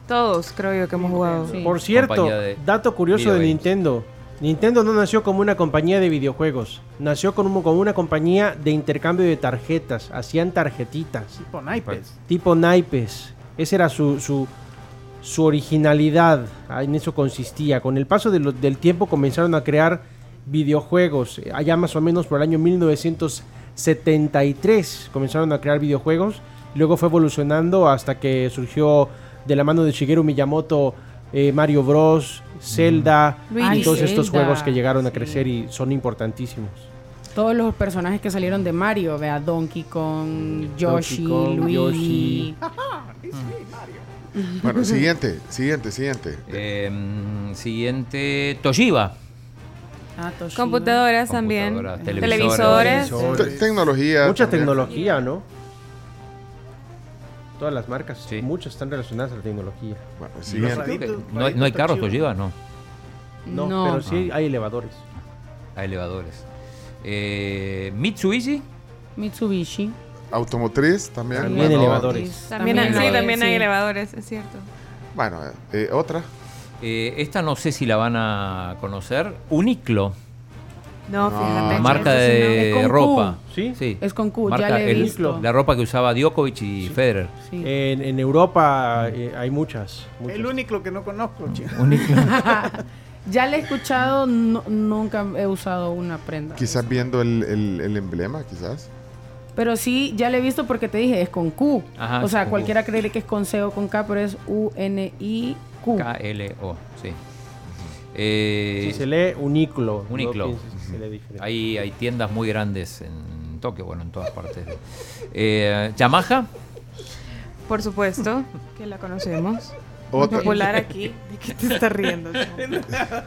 Todos creo yo que hemos jugado.
Sí.
Por cierto,
Compañía de
dato curioso de
videogames.
Nintendo. Nintendo no nació como una compañía de videojuegos. Nació como, como una compañía de intercambio de tarjetas. Hacían tarjetitas.
Tipo naipes.
Tipo naipes. Esa era su, su, su originalidad. ah, En eso consistía. Con el paso de lo- del tiempo comenzaron a crear videojuegos. eh, Allá más o menos por el año 1973 comenzaron a crear videojuegos. Luego fue evolucionando hasta que surgió de la mano de Shigeru Miyamoto eh, Mario Bros, Zelda
Ay,
y todos estos
Mm. Zelda,
juegos que llegaron a
sí.
crecer y son importantísimos.
Todos los personajes que salieron de Mario, vea Donkey Kong, Yoshi,
Kong, Yoshi.
Luigi.
Bueno, siguiente, siguiente, siguiente.
Em, siguiente, Toshiba.
Ah, Toshiba.
Computadoras también.
Computadoras,
televisores.
televisores.
Te- tecnología.
Mucha
también.
tecnología, ¿no? Todas las marcas,
Sí.
muchas están relacionadas a la tecnología.
Bueno, pues
Creo
siguiente.
que No, hay- no hay carros Toshiba, no.
No,
No.
pero sí hay elevadores.
Hay elevadores. Eh, Mitsubishi.
Mitsubishi.
Automotriz también.
También
bueno,
elevadores.
También, hay- sí,
elevadores,
también hay
sí.
elevadores, es cierto.
Bueno, eh, eh, otra.
Eh, esta no sé si la van a conocer. Uniclo.
No, fíjate.
Ah,
yo
marca
eso sí
de
Es con Q.
ropa.
Sí.
Es con Q, ya
Marca
la he
el-
visto.
La ropa que usaba Djokovic y Federer.
Sí.
En, en Europa eh, hay muchas. muchas.
El único que no conozco, chico.
Uniclo.
ya la he escuchado, no- nunca he usado una prenda.
Quizás viendo el, el- el emblema, quizás.
Pero sí, ya la he visto porque te dije, es con Q.
Ajá,
o
es
sea,
con
cualquiera cree que es con C o con K, pero es U-N-I-Q.
K-L-O, sí. Eh,
Si se lee Uniclo. no
Uniqlo.
pienses que se lee diferente.
Hay, hay tiendas muy grandes en Tokio, bueno, en todas partes. Eh, Yamaha,
Por supuesto, que la conocemos. Muy
Otra.
popular aquí. ¿De qué te estás riendo? chamo?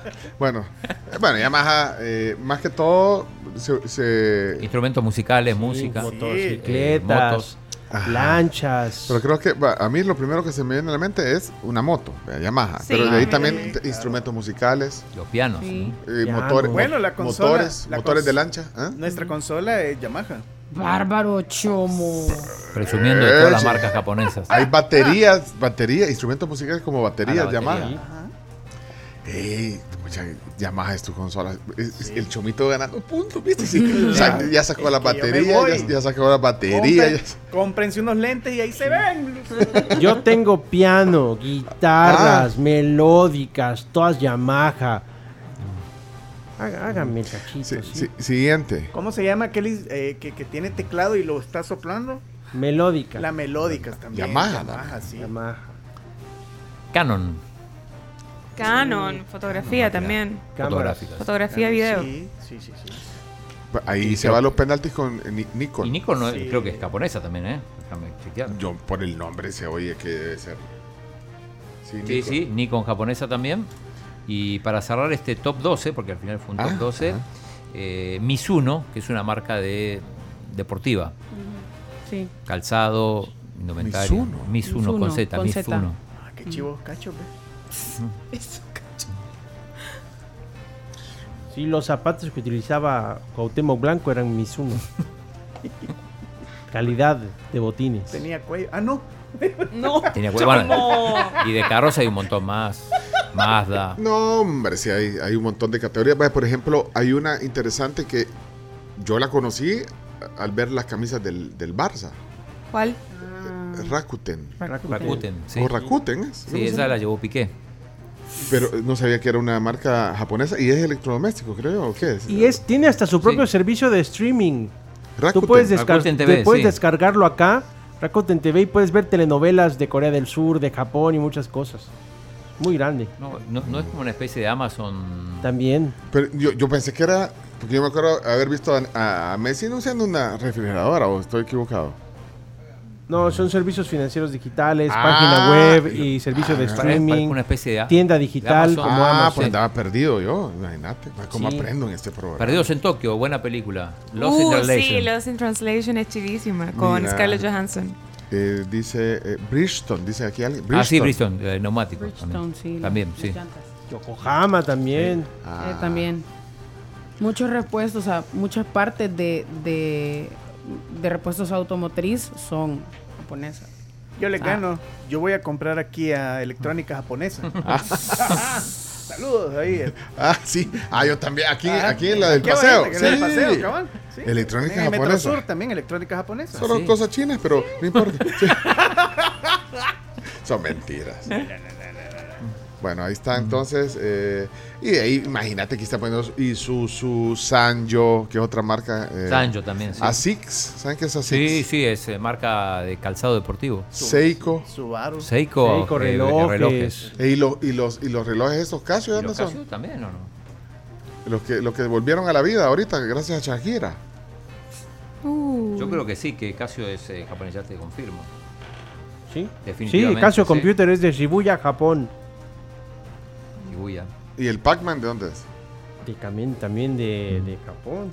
Bueno, eh, bueno, Yamaha, eh, más que todo, se, se-
instrumentos musicales, música, eh, motos.
Motocicletas,
Ajá.
lanchas.
Pero creo que va, a mí lo primero que se me viene a la mente es una moto, la Yamaha.
Sí,
pero de
Ah,
ahí
sí,
también
sí,
t- instrumentos musicales,
Los pianos.
Sí.
eh,
Piano.
motores,
Bueno, la consola-
motores,
la
motores de
cons-
lancha. ¿ah?
Nuestra consola es Yamaha.
Bárbaro chomo.
¿no? Presumiendo de todas las
Eh, sí.
marcas japonesas.
Hay baterías, baterías, instrumentos musicales como
Ah,
baterías,
la
Yamaha.
batería.
Ey, pucha, Yamaha es tu consola. Es- es el chomito ganando puntos, ¿viste? Sí. O sea, ya sacó la
Es que yo me
batería, ya,
voy.
ya sacó la batería.
Compren-
ya-
Cómprense unos lentes y ahí se ven.
Yo tengo piano,
Ah.
guitarras, melódicas, todas Yamaha. Há- Háganme el cachito,
Sí,
¿sí?
sí, siguiente.
¿Cómo se llama aquel eh, que, que tiene teclado y lo está soplando?
Melódica.
La melódica también.
Yamaha,
sí.
Yamaha.
Canon,
Canon, Ah, fotografía también.
Cámaras.
fotográficas.
Fotografía, video.
Sí, sí, sí, sí.
Ahí
Y
se
creo-
van los penaltis con Ni- Nikon.
Y Nikon no es-
Sí.
creo que es japonesa también, ¿eh? Déjame chequear.
Yo por el nombre se oye que debe ser.
Sí,
Nikon.
sí, Nikon japonesa también. Y para cerrar este top 12, porque al final fue un top
Ah,
12, eh, Mizuno, que es una marca de deportiva,
Sí. eh,
calzado, indumentaria.
Mizuno.
Mizuno con
Mizuno,
Z,
con Z.
Mizuno.
Ah, qué chivo, cacho, ve.
Sí, los zapatos que utilizaba Cuauhtémoc Blanco eran Mizuno. Calidad de botines.
Tenía cuello. Ah, no.
No.
Tenía bueno, Y de carros hay un montón más. Mazda.
No, hombre, sí, hay, hay un montón de categorías. Vaya, Por ejemplo, hay una interesante que yo la conocí eh, al ver las camisas del, del Barça.
¿Cuál?
Ah. Rakuten.
Rakuten, sí.
O Rakuten. ¿es?
Sí, esa la llevó Piqué.
Pero no sabía que era una marca japonesa y es electrodoméstico, creo, ¿o qué es?
Y es, tiene hasta su propio servicio de streaming. Tú
Rakuten.
puedes, descar-
Rakuten TV,
te puedes
sí.
descargarlo acá, Rakuten TV, y puedes ver telenovelas de Corea del Sur, de Japón y muchas cosas. Muy grande.
No, no, no es como una especie de Amazon.
También.
Pero yo, yo pensé que era, porque yo me acuerdo haber visto a- a, a Messi anunciando una refrigeradora, o estoy equivocado.
No, son servicios financieros digitales,
Ah,
página web
y-
y servicio de
ah,
Parece- parece
streaming.
una especie de. a-
tienda
de
digital,
Amazon.
como
ah,
Amazon.
pues andaba perdido yo, imagínate. ¿Cómo
Sí.
aprendo en este programa?
Perdidos en Tokio, buena película. Los
uh, sí,
Interlation.
Lost in Translation es chidísima. Con
Mira.
Scarlett Johansson.
Eh, dice eh, Bridgestone, dice aquí alguien.
Ah, sí, Bristol, eh, neumáticos.
Bridgestone, sí. la-
también. También,
las
sí.
llantas.
Yokohama también.
Ah.
Eh, también. Muchos repuestos, o sea, muchas partes de, de, de repuestos automotriz son japonesas.
Yo le
Ah.
gano. Yo voy a comprar aquí a electrónica japonesa.
Ah.
Saludos ahí.
Ah, sí. Ah, yo también. Aquí,
Ah,
aquí en la del
qué
paseo.
bonito, que en la del
Sí.
paseo, cabal. Sí. Eh,
Electrónica
También en Metro
japonesa.
Sur, también electrónica japonesa.
Solo
Sí.
cosas chinas, pero no importa. Sí. Son mentiras. Bueno, ahí está entonces. eh, y de ahí, imagínate que está poniendo Isuzu, Sanjo, que es otra marca. Eh,
Sanjo también, sí.
Asics, ¿saben qué es Asics?
Sí, sí, es eh, marca de calzado deportivo.
Seiko.
Subaru.
Seiko,
Seiko,
eh,
relojes.
Eh, y, los, y, los, y los relojes esos Casio,
¿Y
¿dónde
los
son?
Casio también o no?
Los que, los que volvieron a la vida ahorita, gracias a Shakira.
Uh.
Yo creo que sí, que Casio es eh, japonés, ya te confirmo.
Sí. Sí,
Definitivamente,
Casio
sí.
Computer es de Shibuya, Japón.
Shibuya.
¿Y el Pac-Man de dónde es?
De, también también de, de Japón.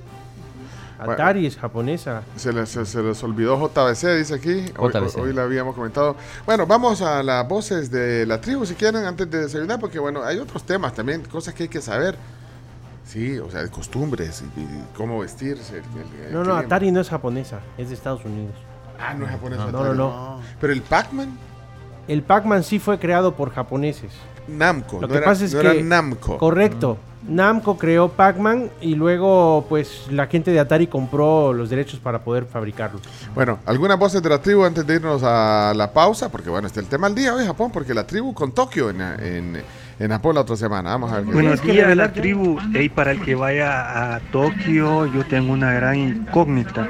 Bueno.
Atari es japonesa.
Se les, se, se les olvidó JBC, dice aquí. Hoy,
JBC.
hoy la habíamos comentado. Bueno, vamos a las voces de la tribu, si quieren, antes de desayunar, porque bueno, hay otros temas también, cosas que hay que saber. Sí, o sea, costumbres y, y cómo vestirse. el- el- el
No, no,
clima.
Atari no es japonesa, es de Estados Unidos.
Ah, no es japonés.
No,
Atari.
no, no.
Pero el Pac-Man,
El Pac-Man sí fue creado por japoneses.
Namco.
Lo
no
que
era,
pasa es
no
que-
era Namco. Mm.
Correcto. Namco creó Pac-Man y luego pues la gente de Atari compró los derechos para poder fabricarlo.
Bueno, algunas voces de la tribu antes de irnos a la pausa, porque bueno, está el tema al día hoy, Japón, porque la tribu con Tokio en, en, en Japón la otra semana. Vamos a ver. qué-
Buenos días de la tribu. Hey, para el que vaya a Tokio, yo tengo una gran incógnita.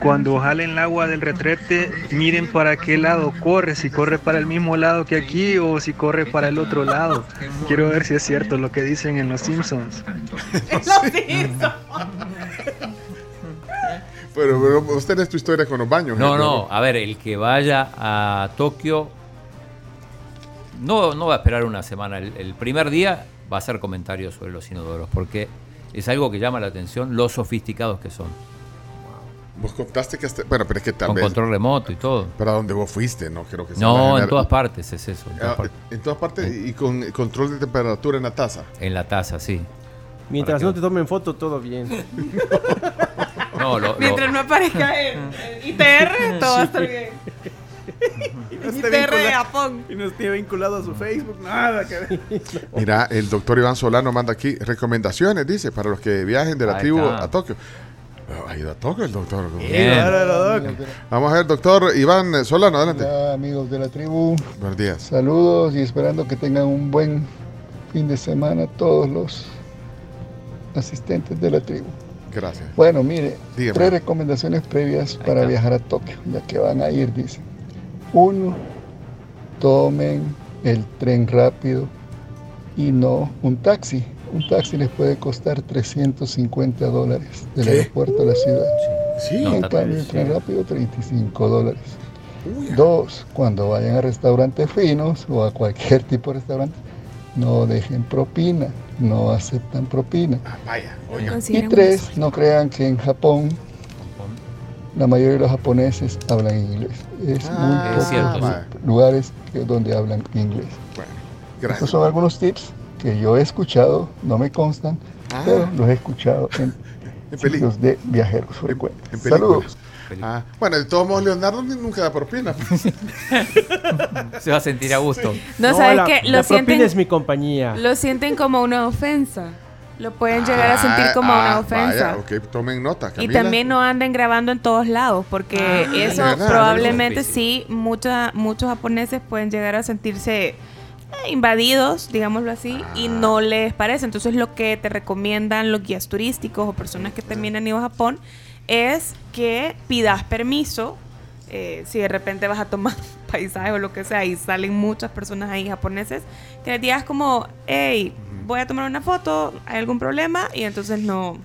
Cuando jalen el agua del retrete, miren para qué lado corre, si corre para el mismo lado que aquí o si corre para el otro lado. Quiero ver si es cierto lo que dicen en Los Simpsons.
Pero, pero vos tenés tu historia con los baños.
No,
¿eh?
no, a ver, el que vaya a Tokio no, no va a esperar una semana. El, el primer día va a hacer comentarios sobre los inodoros, porque es algo que llama la atención lo sofisticados que son.
Vos contaste que hasta. Bueno, pero es que tal
Con
vez.
control remoto y todo.
Pero a donde vos fuiste, no creo que sea la
No, en
general-
todas partes es eso. En todas
Ah,
partes.
En todas partes y con control de temperatura en la taza.
En la taza, sí.
Mientras no te tomen foto, todo bien.
No, lo- lo-
Mientras no aparezca el, el ITR, todo va a estar
Sí.
bien.
No esté
ITR de
vinculado-
Japón.
Y no esté vinculado a su Facebook, nada que ver.
Mira, el doctor Iván Solano manda aquí recomendaciones, dice, para los que viajen de la
Ahí
tribu
está.
a Tokio. Ah, Ha ido a Tokio el doctor.
Bien. Bárbaro, doc.
Vamos a ver, doctor Iván Solano, adelante.
Hola amigos de la tribu,
Buenos días.
saludos y esperando que tengan un buen fin de semana todos los asistentes de la tribu.
Gracias.
Bueno, mire,
Dígame.
tres recomendaciones previas para
está.
viajar a Tokio, ya que van a ir, dice. Uno, tomen el tren rápido y no un taxi. Un taxi les puede costar 350 dólares del
¿Qué?
aeropuerto a la ciudad.
Sí. No,
en
está
cambio el tren
carísimo.
rápido 35 dólares. Dos, cuando vayan a restaurantes finos o a cualquier tipo de restaurante, no dejen propina, no aceptan propina.
Ah,
Vaya,
Y tres, no crean que en Japón la mayoría de los japoneses hablan inglés. Es
Ah,
muy
es cierto,
pocos
sí.
lugares que- donde hablan inglés. Estos son algunos tips que yo he escuchado, no me constan,
Ah.
pero los he escuchado en,
En
sitios de viajeros frecuentes.
En
Saludos.
películas. Ah, bueno, de todos modos, Leonardo ni- nunca da propina.
Se va a sentir a gusto.
No, sabes
la-
que
la
lo
propina
sienten,
es mi
Ah.
compañía.
lo sienten como una ofensa. Lo pueden llegar a sentir como
Ah,
una
ah,
ofensa.
Vaya, ok, tomen nota.
Y
Camila.
también no anden grabando en todos lados, porque
de
eso
verdad,
probablemente
eso es
sí, mucha- muchos japoneses pueden llegar a sentirse eh, invadidos, digámoslo así, y no les parece. Entonces lo que te recomiendan los guías turísticos o personas que también han ido a Japón es que pidas permiso. eh, si de repente vas a tomar paisaje o lo que sea y salen muchas personas ahí japoneses, que les digas como, hey, voy a tomar una foto, ¿hay algún problema? Y entonces no,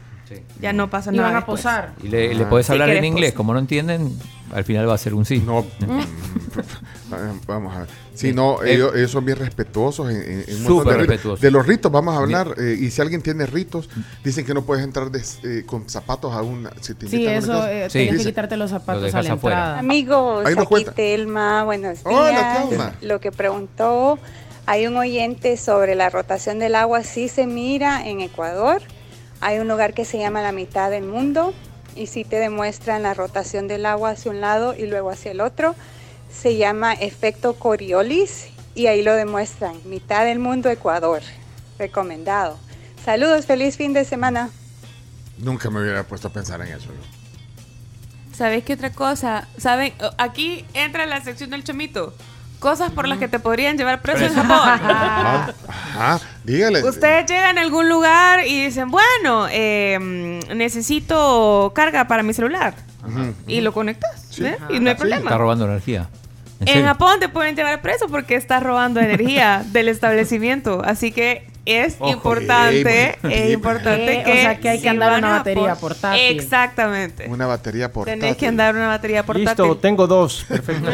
ya no pasa
Y
nada.
van a
después.
posar.
Y le, le
Ah.
podés
Sí,
hablar en
querés,
inglés.
pues.
Como no entienden, al final va a ser un sí.
No. Vamos a ver. Si no,
Eh,
ellos, ellos son bien respetuosos en, en- en un montón
Súper
de, ritos.
respetuosos.
De los ritos vamos a hablar. eh, y si alguien tiene ritos, dicen que no puedes entrar des- eh, con zapatos a una. Si te
Sí,
invitan a una
eso,
casa.
eh,
Sí.
tienes que
Dicen-
quitarte los zapatos a
dejas
la
afuera.
entrada.
Amigos,
Ahí nos
aquí
cuenta.
Telma, buenos días.
Hola, Telma.
Lo que preguntó, hay un oyente sobre la rotación del agua, sí se mira en Ecuador. Hay un lugar que se llama la mitad del mundo y sí te demuestran la rotación del agua hacia un lado y luego hacia el otro. Se llama efecto Coriolis y ahí lo demuestran, mitad del mundo Ecuador. Recomendado. Saludos, feliz fin de semana.
Nunca me hubiera puesto a pensar en eso. ¿no?
¿Sabéis qué otra cosa? ¿Saben? O- Aquí entra la sección del chomito. Cosas por las que te podrían llevar preso en Japón.
Ah, ajá, dígale.
Ustedes llegan a algún lugar y dicen, bueno, eh, necesito carga para mi celular.
Ujú.
Y lo conectas.
Sí.
¿eh? Y no hay
Sí.
problema. Ah.
Está robando energía.
En
serio.
Japón te pueden llevar preso porque estás robando energía del establecimiento. Así que es
Ojo.
importante,
Ey,
es
ey,
importante
Eh, o
que...
sea, que hay que
si
andar
van
una
a
batería
Japón-
portátil.
Exactamente.
Una batería por.
Tenés que andar una batería portátil.
Listo, tengo dos. Perfecto.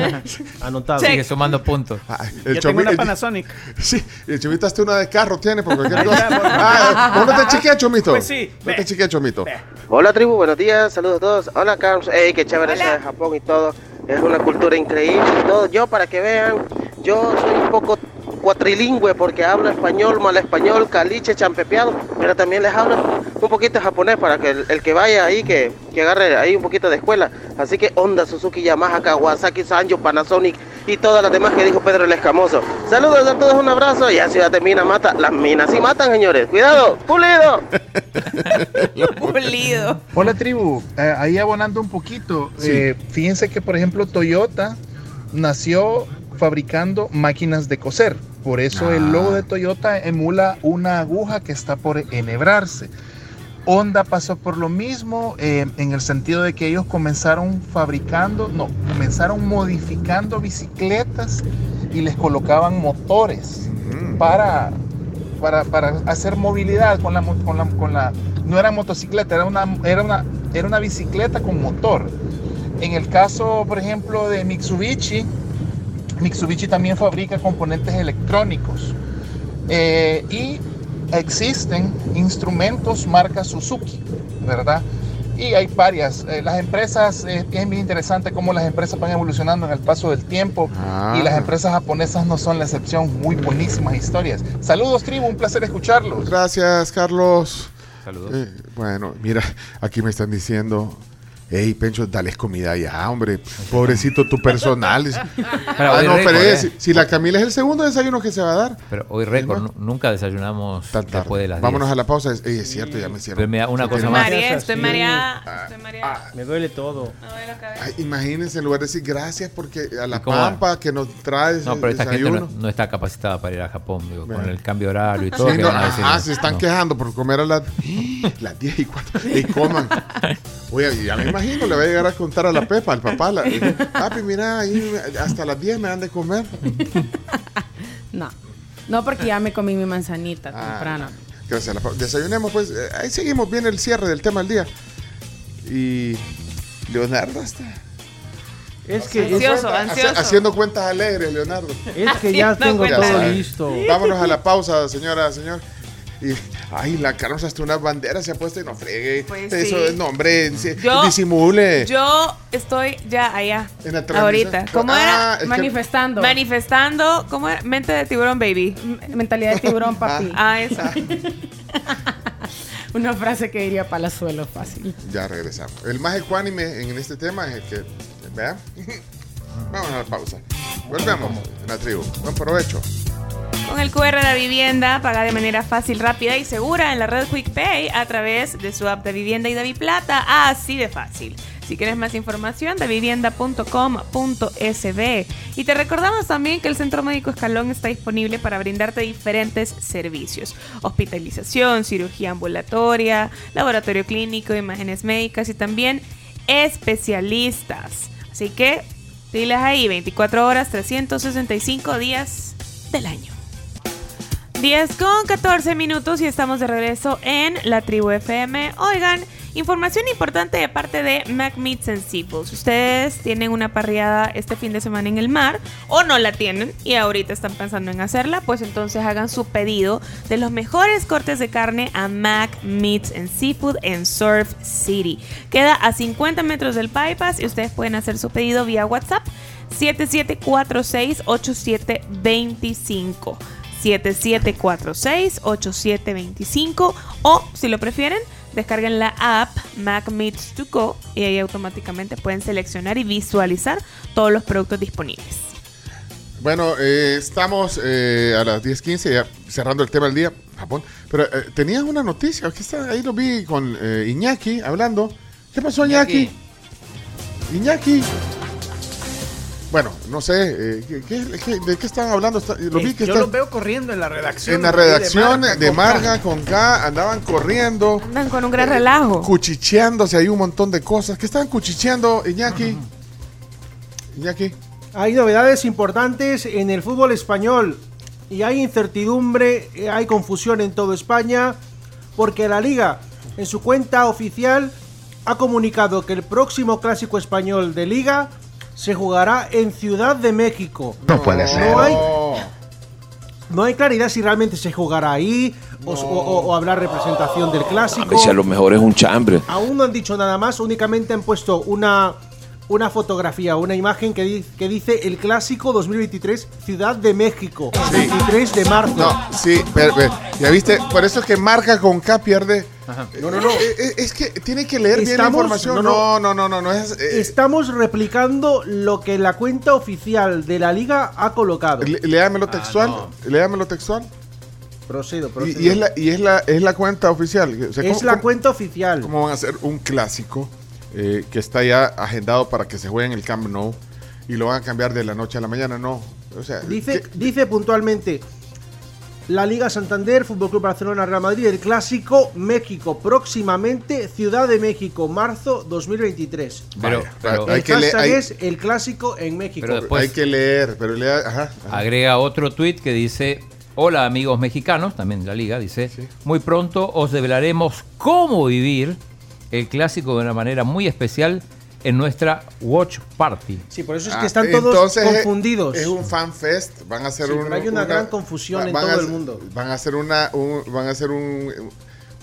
Ah,
Anotado.
Check. Sigue
sumando puntos.
El
Yo tengo
chomi-
una
el-
Panasonic.
Sí, y el chomito hasta una de carro tiene, por cualquier
Ahí
cosa.
está, por-
Ah, ¿vos no te chequeas, chomito?
Pues sí,
No
ve.
te chequeas, chomito.
Hola tribu, buenos días, saludos a todos. Hola Carms, ey, qué chévere eso de Japón y todo. Es una cultura increíble y todo. Yo para que vean, yo soy un poco cuatrilingüe porque hablo español, mal español, caliche, champepeado, pero también les hablo un poquito de japonés para que el, el que vaya ahí, que, que agarre ahí un poquito de escuela. Así que Honda, Suzuki, Yamaha, Kawasaki, Sanjo, Panasonic y todas las demás que dijo Pedro el Escamoso. Saludos a todos, un abrazo y a Ciudad de Mina mata. Las minas sí matan, señores. Cuidado, pulido.
Pulido.
Hola tribu, Eh, ahí abonando un poquito,
Sí.
eh, fíjense que por ejemplo Toyota nació fabricando máquinas de coser, por eso el logo de Toyota emula una aguja que está por enhebrarse. Honda pasó por lo mismo eh, en el sentido de que ellos comenzaron fabricando, no, comenzaron modificando bicicletas y les colocaban motores
Mm.
Mm.
para, para, para hacer movilidad con la, mo- con la- con la- no era motocicleta, era una, era, una, era una bicicleta con motor. En el caso, por ejemplo, de Mitsubishi, Mitsubishi también fabrica componentes electrónicos. Eh, y existen instrumentos marca Suzuki, ¿verdad? Y hay varias. Eh, las empresas, eh, es bien interesante cómo las empresas van evolucionando en el paso del tiempo
Ah.
y las empresas japonesas no son la excepción. Muy buenísimas historias. Saludos, tribu, un placer escucharlos.
Gracias, Carlos.
Saludos.
Eh, bueno, mira, aquí me están diciendo. Hey, Pencho, dales comida ya, hombre. Pobrecito tu personal. ah,
hoy
no,
récord,
pero es-
eh.
si, la Camila es el segundo desayuno que se va a dar.
Pero hoy récord, nu- nunca desayunamos después de las
Vámonos
10.
a la pausa. Es, ey, es cierto, ya me hicieron.
Pero mira, una
Sí,
cosa
tiene-
más.
María, estoy
Sí.
mareada. Estoy mareada.
Ah.
ah,
Me duele todo.
Ay, imagínense, en lugar de decir gracias porque a la
cómo?
pampa que nos trae
No,
el
pero esta gente no,
desayuno.
no está capacitada para ir a Japón, digo, con
Bueno.
el cambio de horario y todo.
Sí,
que
no,
van a decir,
ajá, se están
no.
quejando por comer a las, las 10 y 4. Y coman. Oye, ya me imagino, le va a llegar a contar a la Pepa, al papá. la- Papi, mira, ahí hasta las 10 me dan de comer.
No. No, porque ya me comí mi manzanita temprano.
Gracias. a la pa- Desayunemos, pues. Eh, Ahí seguimos bien el cierre del tema del día. Y Leonardo está.
Es que-
Haciendo
Ansioso,
cuentas-
ansioso.
hace- haciendo cuentas alegres, Leonardo.
Es que ya Haciendo tengo cuentas. todo
sabe.
listo.
Vámonos a la pausa, señora, señor. Y, ay, la Carlos hasta una bandera se ha puesto y no fregue.
Pues
Eso
sí.
es, no, hombre, si-
Yo-
disimule.
Yo estoy ya allá.
En la transmisión.
Ahorita. ¿Cómo
Ah,
era?
es que-
Manifestando. Manifestando. ¿Cómo era? Mente de tiburón, baby.
Mentalidad de tiburón, papi.
Ah, esa.
Una frase que diría Palazuelo fácil.
Ya regresamos. El más ecuánime en este tema es el que. ¿Vean? Vamos a la pausa. Volvemos en la tribu. Buen provecho.
Con el QR de la vivienda, paga de manera fácil, rápida y segura en la red Quick Pay a través de su app de vivienda y de Biplata. Así de fácil. Si quieres más información, davivienda.com.sb. Y te recordamos también que el Centro Médico Escalón está disponible para brindarte diferentes servicios. Hospitalización, cirugía ambulatoria, laboratorio clínico, imágenes médicas y también especialistas. Así que, diles ahí, 24 horas, 365 días del año. 10 con 14 minutos y estamos de regreso en la tribu FM. Oigan, información importante de parte de Mac Meats and Seafood. Si ustedes tienen una parriada este fin de semana en el mar o no la tienen y ahorita están pensando en hacerla, pues entonces hagan su pedido de los mejores cortes de carne a Mac Meats and Seafood en Surf City. Queda a 50 metros del bypass y ustedes pueden hacer su pedido vía WhatsApp 77468725. 7746-8725 o si lo prefieren descarguen la app Mac Meats to Go y ahí automáticamente pueden seleccionar y visualizar todos los productos disponibles.
Bueno, eh, estamos eh, a las 10.15, ya cerrando el tema del día, Japón. Pero eh, tenías una noticia, aquí está, ahí lo vi con eh, Iñaki hablando. ¿Qué pasó, Iñaki? Iñaki. Bueno, no sé, eh, ¿qué- qué- qué- ¿de qué están hablando? Está- lo vi
Eh,
que
yo
está-
los veo corriendo en la redacción.
en la
de Marga
redacción de
con
Marga con K, andaban corriendo. eh,
Andan con un gran relajo.
Cuchicheándose hay un montón de cosas. ¿Qué estaban cuchicheando, Iñaki? Iñaki.
Hay novedades importantes en el fútbol español y hay incertidumbre, eh, hay confusión en toda España porque la liga en su cuenta oficial ha comunicado que el próximo clásico español de liga se jugará en Ciudad de México.
No puede ser.
No hay, no hay claridad si realmente se jugará ahí o, o- o habrá representación del clásico.
A lo mejor es un chambre.
Aún no han dicho nada más, únicamente han puesto una, una fotografía, una imagen que, di- que dice el clásico 2023 Ciudad de México, 23 de marzo.
No, sí, pero, pero, ya viste, por eso es que marca con K pierde.
No, no, no.
Es, que Eh, tiene que leer bien la
Estamos-
información. No, no, no, no, no es. eh,
Estamos replicando lo que la cuenta oficial de la liga ha colocado.
le- léamelo textual. Léamelo textual.
Procedo,
Y,
procedo.
y es la, y es la, es la cuenta oficial. O sea,
Es
¿cómo-
la
cómo-
cuenta oficial.
¿Cómo van a hacer un clásico eh, que está ya agendado para que se juegue en el Camp Nou y lo van a cambiar de la noche a la mañana? No. O sea,
Dice, dice puntualmente, la Liga Santander, Fútbol Club Barcelona, Real Madrid, el Clásico México, próximamente Ciudad de México, marzo 2023.
Pero-
Vaya.
pero-
el
hay que
hashtag
le- hay-
es el Clásico en México.
Pero después- Hay que
leer, pero lea,
Agrega otro tuit que dice, hola amigos mexicanos, también de la liga, dice, muy pronto os develaremos cómo vivir el clásico de una manera muy especial en nuestra Watch Party.
Sí, pues, por eso
es que están todos
confundidos.
Ah, Es, un fan fest, van a hacer
Sí,
un-
pero hay una gran confusión en
van a
todo el
hacer-
mundo.
Van a hacer una, un- van a hacer un-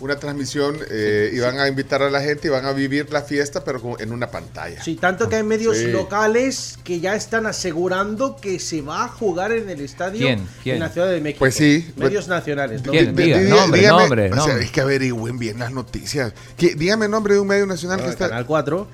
una transmisión eh, y van a invitar a la gente y van a vivir la fiesta, pero como en una pantalla.
Sí, tanto que hay medios
Sí.
locales que ya están asegurando que se va a jugar en el estadio
¿Quién? ¿Quién?
en la Ciudad de México.
Pues sí.
Medios nacionales. ¿no?
Di- di- dígame- o sea, es que averigüen bien las noticias. Que- dígame el nombre de un medio nacional
Ah,
que está.
Canal 4.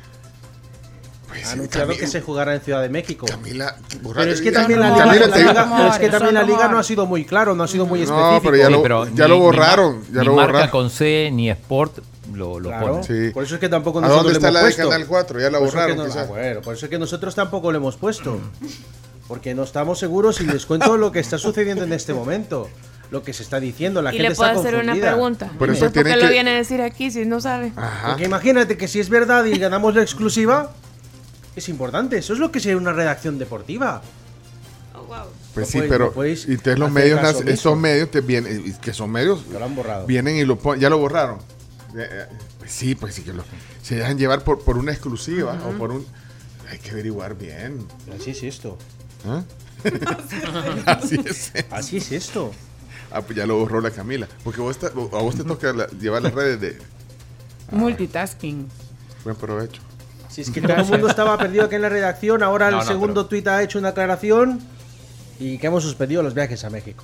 Pues,
Ha anunciado
Camila-
Ah, que se jugará en Ciudad de México.
Camila,
pero es que también la liga,
Camila,
la
te-
liga- pero es que también la liga no ha sido muy claro, no ha sido muy específico.
No, pero ya lo, ya lo borraron. ya lo
marca
borraron.
con C ni Sport lo, lo
Claro.
ponen.
Por eso es que tampoco
¿A
nosotros
dónde
le
está
hemos
la de
puesto.
Canal 4? Ya la
Por eso es que
borraron,
no-
quizás.
ah, bueno, por eso es que nosotros tampoco lo hemos puesto. Porque no estamos seguros y les cuento lo que está sucediendo en este momento. Lo que se está diciendo, la
y
gente
le puedo
está
hacer una
confundida.
pregunta. Entonces, ¿Por qué lo viene a decir aquí si no sabe?
Porque imagínate que si es verdad y ganamos la exclusiva, es importante. Eso es lo que sería una redacción deportiva. No
Pues sí,
puedes-
pero
no puedes
y entonces los
hacer
medios,
caso
nac- esos
omiso.
medios te vienen, y que son medios,
Lo han borrado.
vienen y lo ponen, ya lo borraron. Eh, eh, pues sí, pues sí que lo, se dejan llevar por, por una exclusiva
Ujú.
o por un, hay que averiguar bien.
Así es esto.
¿Ah?
Así
Así
es
es.
esto. Así es esto.
Ah, pues ya lo borró la Camila, porque vos está- a vos te toca la- llevar las redes de
Multitasking.
buen provecho.
Si es que todo el mundo estaba perdido aquí en la redacción, ahora
No,
el
no,
segundo tuit ha hecho una aclaración y que hemos suspendido los viajes a México.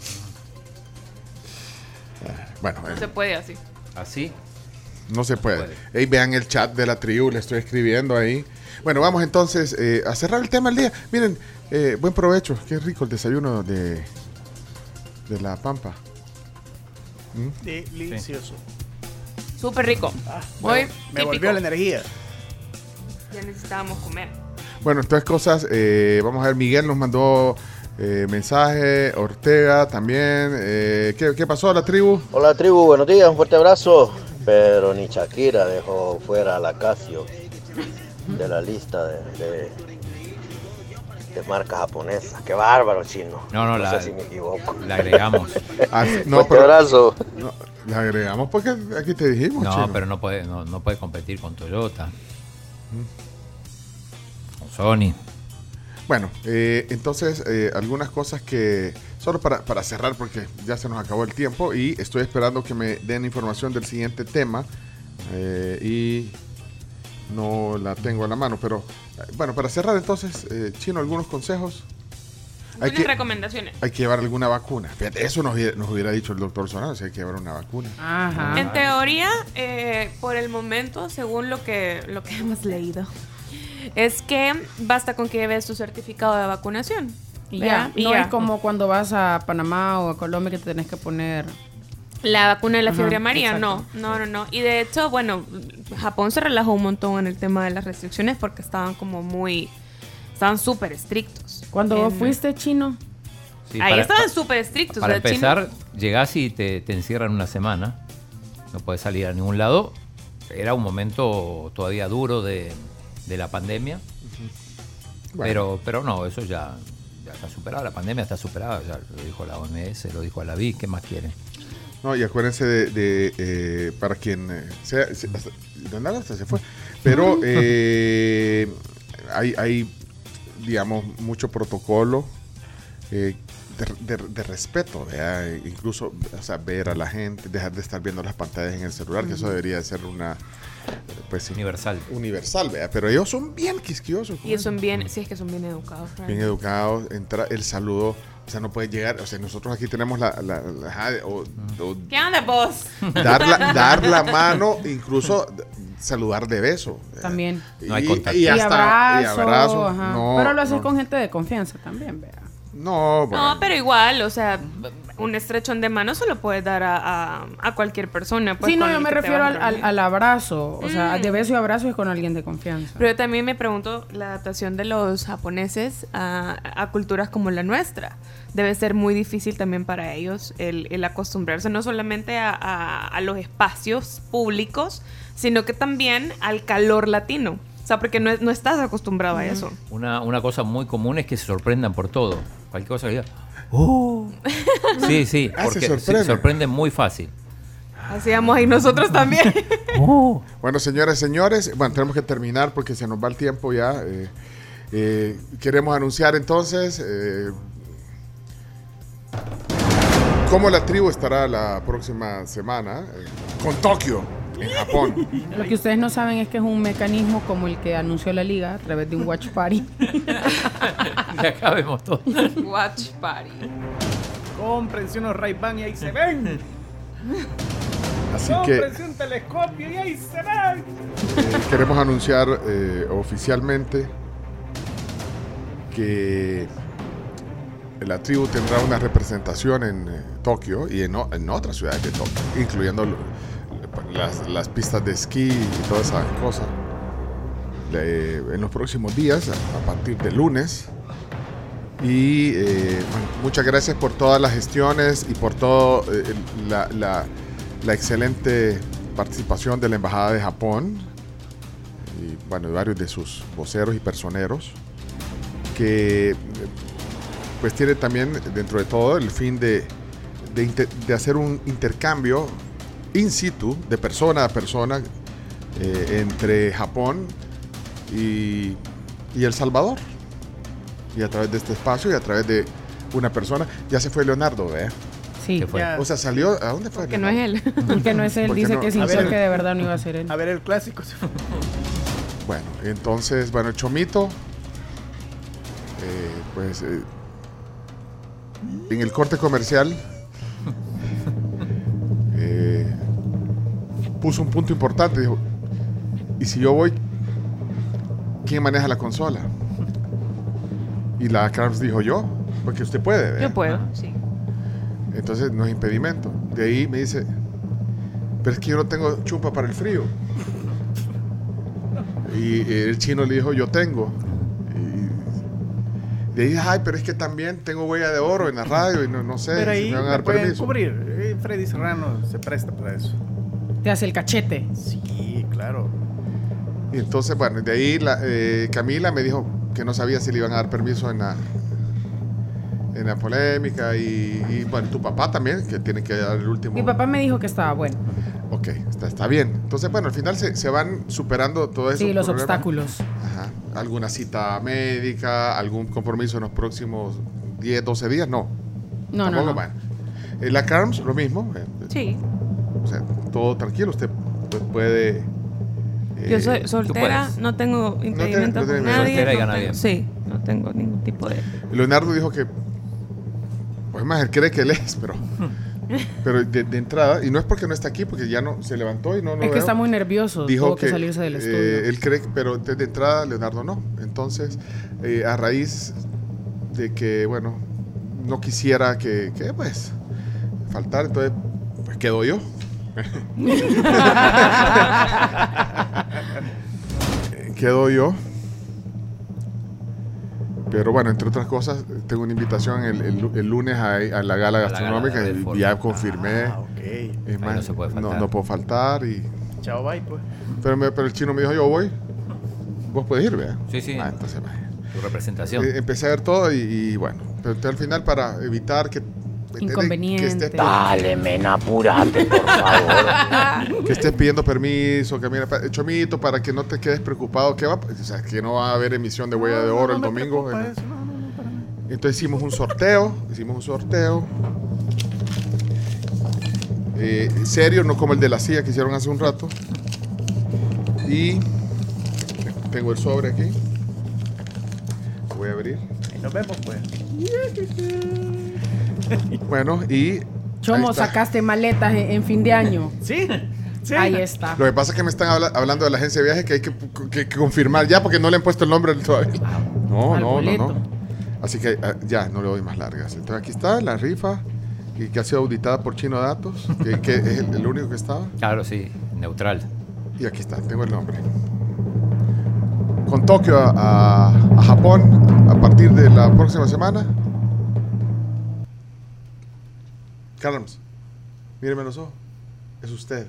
Bueno, eh,
No se puede así.
¿Así?
No se puede. Ey, vean el chat de la tribu, le estoy escribiendo ahí. Bueno, vamos entonces eh, a cerrar el tema del día. Miren, eh, buen provecho, qué rico el desayuno de, de la Pampa. ¿Mm?
Delicioso.
Súper rico.
Me,
Muy
vol- me volvió
típico.
la energía.
Ya necesitábamos comer.
Bueno, entonces cosas, eh, vamos a ver, Miguel nos mandó eh, mensaje, Ortega también. eh, ¿qué, qué pasó a la tribu?
Hola tribu, buenos días, un fuerte abrazo. Pero ni Shakira dejó fuera a la Casio de la lista de, de- de marcas japonesas. Qué bárbaro, chino.
No, no, la-
sé si me equivoco.
la agregamos.
Ah,
fuerte
pero-
abrazo.
no, la agregamos porque aquí te dijimos.
No,
chino.
pero no puede, no, no puede competir con Toyota. Con Sony.
Bueno, eh, entonces eh, algunas cosas que, solo para, para cerrar porque ya se nos acabó el tiempo y estoy esperando que me den información del siguiente tema eh, y no la tengo a la mano, pero eh, bueno, para cerrar entonces, eh, Chino, algunos consejos. Hay
Buenas
que,
recomendaciones.
hay que llevar alguna vacuna. Fíjate, eso nos, hubiera- nos hubiera dicho el doctor Solano, si hay que llevar una vacuna.
Ajá.
En teoría, eh, por el momento, según lo que, lo que hemos leído, es que basta con que lleves tu certificado de vacunación.
Y
¿verdad?
ya, no es como cuando vas a Panamá o a Colombia que te tenés que poner.
La vacuna de la
Ajá,
fiebre amarilla, no,
exacto.
no, no, no. Y de hecho, bueno, Japón se relajó un montón en el tema de las restricciones porque estaban como muy, estaban súper estrictos.
Cuando vos
En-
fuiste chino,
Sí,
Ahí
para-
estaban súper estrictos.
Para
o sea,
empezar,
China-
llegás y te, te encierran una semana. No puedes salir a ningún lado. Era un momento todavía duro de, de la pandemia.
Bueno.
Pero, pero no, eso ya, ya está superado. La pandemia está superada. Ya lo dijo la OMS, lo dijo Alaví. ¿Qué más quieren?
No, y acuérdense de, de, eh, para quien eh, sea, se- hasta- Don Lalo hasta se fue, pero eh, hay, hay, digamos, mucho protocolo eh, de, de- de respeto, ¿verdad? E incluso, o sea, ver a la gente, dejar de estar viendo las pantallas en el celular, que eso
Ujú.
debería de ser una, pues,
universal,
universal, ¿verdad? Pero ellos son bien quisquiosos. con
Y son bien, sí es que son bien educados.
bien
realmente.
educados, entra el saludo, o sea, no puede llegar, o sea, nosotros aquí tenemos la, la- la- ajá, o- o
¿Qué onda vos?
dar la, dar la mano, incluso saludar de beso. Eh,
también.
No hay
Y-
contacto.
Y,
Y
hasta, y
abrazo,
abrazo.
ajá.
No,
Pero lo haces
no,
con gente de confianza también, vea.
no, bueno.
No, pero igual, o sea, un estrechón de mano se lo puedes dar a, a- a cualquier persona. pues,
sí, no,
con
yo
el
me
que te
refiero
vas
al,
a
al-
reunir.
al abrazo. O sea,
Mm.
de beso y abrazo es con alguien de confianza.
Pero yo también me pregunto la adaptación de los japoneses a, a culturas como la nuestra. Debe ser muy difícil también para ellos el, el acostumbrarse no solamente a, a- a los espacios públicos, sino que también al calor latino. O sea, porque no, no estás acostumbrado a eso.
Una, una cosa muy común es que se sorprendan por todo. Cualquier cosa que diga, ¡Oh! Sí, sí,
Ah, se
porque se
sorprenden.
sorprenden muy fácil.
Hacíamos ahí nosotros también.
Bueno, señoras, señores, bueno, tenemos que terminar porque se nos va el tiempo ya. eh, eh, queremos anunciar entonces eh, cómo la tribu estará la próxima semana eh, con Tokio, en Japón.
Lo que ustedes no saben es que es un mecanismo como el que anunció la liga a través de un watch party.
Ah.
Y acá vemos todo.
Watch Party.
Cómprense unos ray y ahí se ven.
Así que
Cómprense un telescopio y ahí se ven.
eh, queremos anunciar eh, oficialmente que la tribu tendrá una representación en eh, Tokio y en, o- en otras ciudades de Tokio, incluyendo lo- las, las pistas de esquí y toda esa cosa. Le- en los próximos días, a, a partir de lunes. Y eh, bueno, muchas gracias por todas las gestiones y por toda la, la- la excelente participación de la Embajada de Japón y bueno, de varios de sus voceros y personeros que eh, pues tiene también dentro de todo el fin de, de inte- de hacer un intercambio in situ de persona a persona eh, entre Japón y, y El Salvador. Y a través de este espacio y a través de una persona. Ya se fue Leonardo, ¿verdad?
Sí.
fue? Ya.
O sea, salió. ¿A dónde fue?
Que no es él.
Porque
Porque no es él. Dice que
A
sintió
ver,
que de verdad no iba a ser él.
A ver el clásico. se fue.
Bueno, entonces, bueno, Chomito, eh, pues eh, en el corte comercial eh, puso un punto importante. Dijo, ¿y si yo voy, quién maneja la consola? Y la Krabs dijo yo, porque usted puede. ¿verdad?
Yo puedo, sí.
Entonces no es impedimento. De ahí me dice, pero es que yo no tengo chupa para el frío. Y el chino le dijo, yo tengo. Y de ahí, ay, pero es que también tengo huella de oro en la radio y no, no sé
Pero
si
ahí
me van a
la
dar
pueden
permiso.
cubrir. Eh, Freddy Serrano se presta para eso.
Te hace el cachete.
Sí, claro.
Y entonces, bueno, de ahí la, eh, Camila me dijo que no sabía si le iban a dar permiso en la, en la polémica. Y, y, bueno, tu papá también, que tiene que dar el último.
Mi papá me dijo que estaba bueno.
Ok, está, está bien. Entonces, bueno, al final se, se van superando todo eso.
Sí, los obstáculos.
Ajá. ¿Alguna cita médica? ¿Algún compromiso en los próximos 10, 12 días? No.
No, no,
Tampoco
no.
van. Eh, la CARMS, lo mismo. eh,
Sí.
o sea, todo tranquilo. Usted pu- puede. eh,
Yo soy soltera, no tengo impedimento
no
con
tiene-
nadie.
soltera y
no
gana
tengo-
bien.
Sí, no tengo ningún tipo de...
Leonardo dijo que. Pues más, él cree que él es, pero. Pero de, de entrada, y no es porque no está aquí, porque ya no se levantó y no. no
Es que
veo.
está muy nervioso.
Dijo
Tuvo
que,
que salirse del
eh,
estudio.
él cree, que- pero de, de entrada Leonardo no. Entonces, eh, a raíz de que, bueno, no quisiera que, que, pues, faltar, entonces, pues quedo yo. Eh, quedo yo. Pero bueno, entre otras cosas, tengo una invitación el, el lu- el lunes a, a la gala
gala
gastronómica
del
y
Foro.
ya confirmé.
Ok.
Es más,
no se puede faltar.
no puedo faltar y
Chao, bye, pues.
pero, me- pero el chino me dijo, yo voy. Vos puedes ir, ¿verdad?
Sí, sí.
Ah, entonces, vaya.
Tu representación.
Eh, Empecé a ver todo y, y bueno. Pero entonces, al final, para evitar que... Que
Inconveniente.
estés, Dale,
mena, apúrate, por
que estés pidiendo permiso, que mira, pa- eh, Chomito, para que no te quedes preocupado, que va, o sea, que no va a haber emisión de huella de oro el domingo. en- Entonces hicimos un sorteo, hicimos un sorteo. Eh, serio, no como el de la CIA que hicieron hace un rato. Y tengo el sobre aquí. Lo voy a abrir.
Y nos vemos, pues.
Bueno, y
Chomo,
está.
sacaste maletas en, en fin de año.
Sí.
Ahí está.
lo que pasa es que me están habla- hablando de la agencia de viajes que hay que, que- que confirmar ya porque no le han puesto el nombre todavía. No,
Ah, Al
no, no,
boleto.
no. Así que ah, ya, no le doy más largas. Entonces aquí está la rifa que, que ha sido auditada por Chino Datos, que, que es el, el único que estaba.
Claro, sí, neutral.
Y aquí está, tengo el nombre. Con Tokio a, a- a Japón a partir de la próxima semana. Carlos, míreme los ojos. Es usted.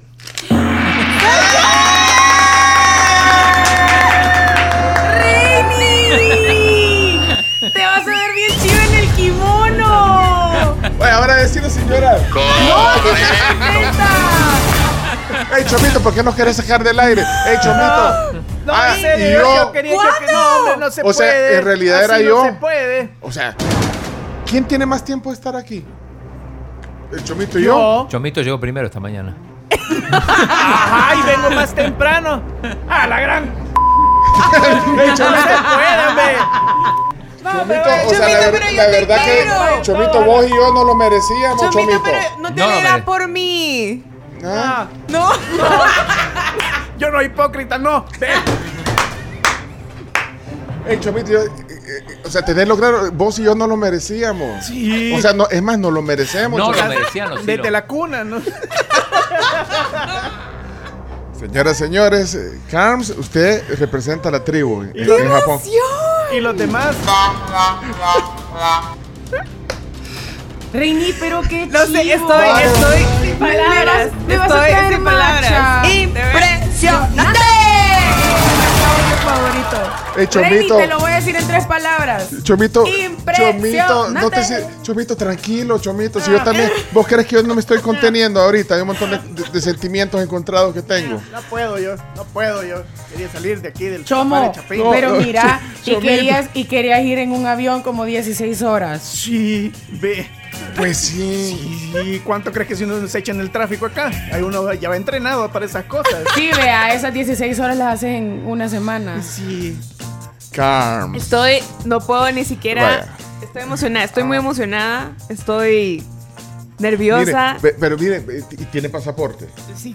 ¡Te vas a ver bien chido en el kimono!
Oye, ahora decirlo sin llorar. ¡Ey, Chomito, ¿por qué nos querés sacar del aire? ¡Ey, Chomito!
No,
Ah,
en serio,
y
yo,
yo-
quería que- que no, hombre, no se
O sea,
puede.
en realidad
Así
era
no
yo.
se puede.
O sea, ¿quién tiene más tiempo de estar aquí? ¿El Chomito y yo?
Yo. Chomito llegó primero esta mañana.
Ajá, y vengo más temprano. A la gran.
Ey, Chomito.
No se puede, hombre.
Chomito, o sea, la, ver- la verdad que Chomito, vos y yo no lo merecíamos, Chomito.
No te le da por mí.
Ah.
No.
Yo no hipócrita, no.
Ey, Chomito, yo- eh, eh, o sea, tenerlo claro, vos y yo no lo merecíamos.
Sí.
O sea, no, es más, no lo merecemos.
No lo
Chomito.
merecíamos, sí,
Desde
lo-
la cuna, ¿no?
Señoras, señores, eh, Carms, usted representa a la tribu en, en Japón.
Y los demás.
Reini, pero qué
No sé,
chivo.
estoy, estoy
Me-
sin
me
palabras.
vas- me vas a
Estoy
caer
sin
macha.
palabras.
¡Impresionante!
favorito.
Ey, Chomito.
te lo voy a decir en tres palabras.
Chomito, Chomito, no te
Impresionante.
si- Chomito, tranquilo, Chomito. Si yo también, vos crees que yo no me estoy conteniendo ahorita, hay un montón de, de- de sentimientos encontrados que tengo.
No puedo yo, no puedo yo. Quería salir de aquí del
Chomo,
Chapare Chapín.
pero
Ch-
mira, y
Chomito.
querías, y querías ir en un avión como 16 horas.
Sí, ve.
Pues sí.
¿Y cuánto crees que si uno se echa en el tráfico acá? Hay uno ya va entrenado para esas cosas.
Sí, vea, esas 16 horas las haces en una semana.
Sí.
Carms.
Estoy, no puedo ni siquiera.
Vaya. Ah.
Estoy emocionada, estoy muy emocionada, estoy nerviosa.
Mire, pe- pero mire, eh, t- y tiene pasaporte.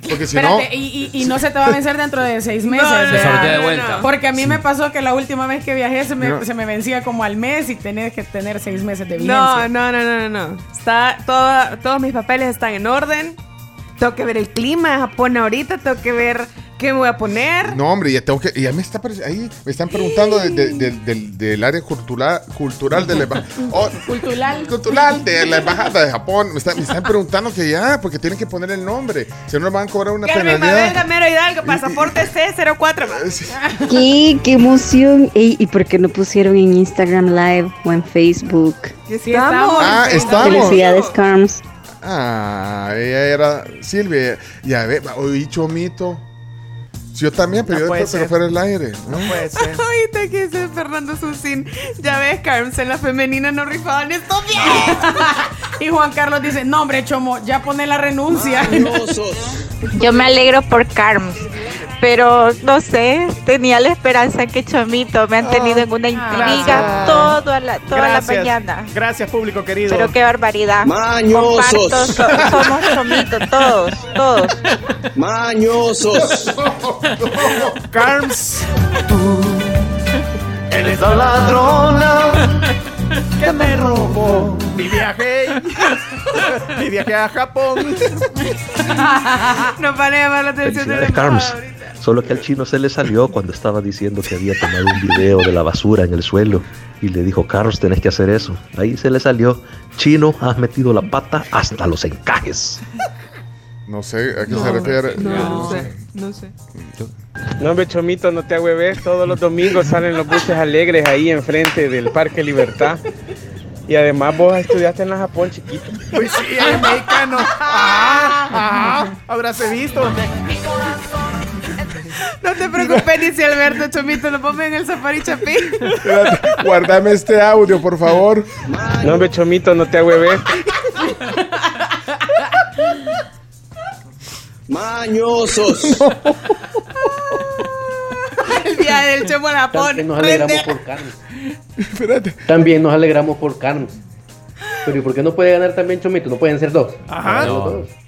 Porque si no,
Espérate, y, y- y no se te va a vencer dentro de seis meses.
No, no,
vea.
Se sortea de vuelta.
Porque a mí me pasó que la última vez que viajé se me,
Mira.
se me vencía como al mes y tenés que tener seis meses de
No,
vigencia.
no, no, no, no, no. Está todo, todos mis papeles están en orden. Tengo que ver el clima de Japón ahorita, tengo que ver qué me voy a poner.
no, hombre, ya tengo que. Ya me, está, parec- ahí me están preguntando de- de- de- del- del área cultural, cultural de la emba- oh,
Cultural.
cultural de la embajada de Japón. Me, está- me están preguntando que ya, porque tienen que poner el nombre. Si no, nos van a cobrar una
Carmen Mabel
penalidad.
Gamero Hidalgo, pasaporte C04. ma.
¡Qué, qué emoción! Ey, ¿Y por qué no pusieron en Instagram Live o en Facebook?
estamos.
Ah, estamos.
Felicidades, Carms.
Ah, ella era Silvia. Ya ve, oh, oí Chomito. Si yo también, pero
No
yo
puede
después se
ser.
fuera el aire. ¿no?
Ahorita que dice Fernando Susín, ya ves, Carms, en la femenina no rifaban esto bien.
Y Juan Carlos dice, no hombre, Chomo, ya pone la renuncia.
Yo me alegro por Carms, pero no sé, tenía la esperanza que Chomito me han tenido en una
Ah,
intriga
gracias.
toda la, toda la
Gracias.
mañana.
Gracias, público querido.
Pero qué barbaridad. Comparto,
Mañosos.
so- somos Chomito, todos, todos.
Mañosos.
Carms.
Eres la ladrona que me robó.
Mi viaje. Mi viaje a Japón.
no para de llamar la atención de la
Felicidades, Carms. Solo que al chino se le salió cuando estaba diciendo que había tomado un video de la basura en el suelo y le dijo, Carms, tenés que hacer eso. Ahí se le salió, chino, has metido la pata hasta los encajes.
No sé a qué se refiere.
no sé.
No, hombre, Chomito, no te agüeves. Todos los domingos salen los buses alegres ahí enfrente del Parque Libertad. Y además vos estudiaste en la Japón, chiquito.
Pues sí, es mexicano. Ah, ah, habráse visto.
No te preocupes, dice Alberto Chomito, lo ponme en el safari chapín.
Espérate, Guardame este audio, por favor.
No, hombre, Chomito, no te agüeves.
Mañosos.
el día del Chomo a Japón.
También nos alegramos por Carmen. También nos alegramos por Carmen. Pero ¿y por qué no puede ganar también Chomito? ¿No pueden ser dos?
Ajá.
No.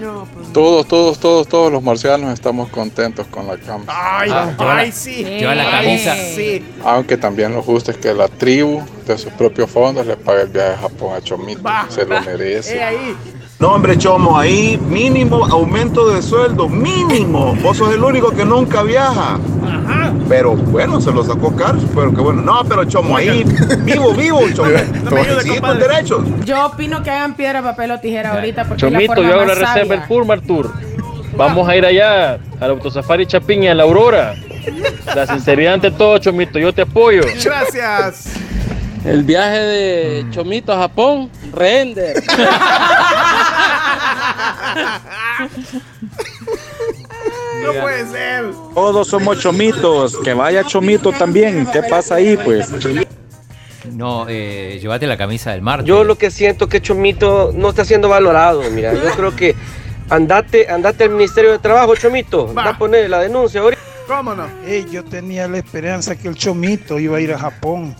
No, pues.
Todos, todos, todos, todos los marcianos estamos contentos con la cama.
Ay,
Ah,
ay, sí.
lleva la
Ay,
camisa.
Sí.
Aunque también lo justo es que la tribu de sus propios fondos le pague el viaje a Japón a Chomito. Se lo merece.
No, hombre, Chomo, ahí mínimo aumento de sueldo, mínimo. Vos sos el único que nunca viaja. Pero bueno, se lo sacó Carlos, pero que bueno. No, pero Chomo, ahí vivo, vivo, Chomo. sí, con derechos.
Yo opino que hagan piedra, papel o tijera ahorita porque es la
Chomito,
forma
yo hago la
más
reserva
sabia.
en Purmar Tour. Vamos a ir allá al Autosafari Chapín y a la Aurora. La sinceridad ante todo, Chomito, yo te apoyo.
Gracias.
El viaje de Chomito a Japón, render.
No puede ser.
Todos somos chomitos, que vaya chomito también. ¿Qué pasa ahí, pues?
No, eh, llévate la camisa del mar.
Yo lo que siento que Chomito no está siendo valorado, mira, yo creo que andate, andate al Ministerio de Trabajo, Chomito, va a poner la denuncia ahorita.
¿Cómo no?
Ey, Eh, yo tenía la esperanza que el Chomito iba a ir a Japón,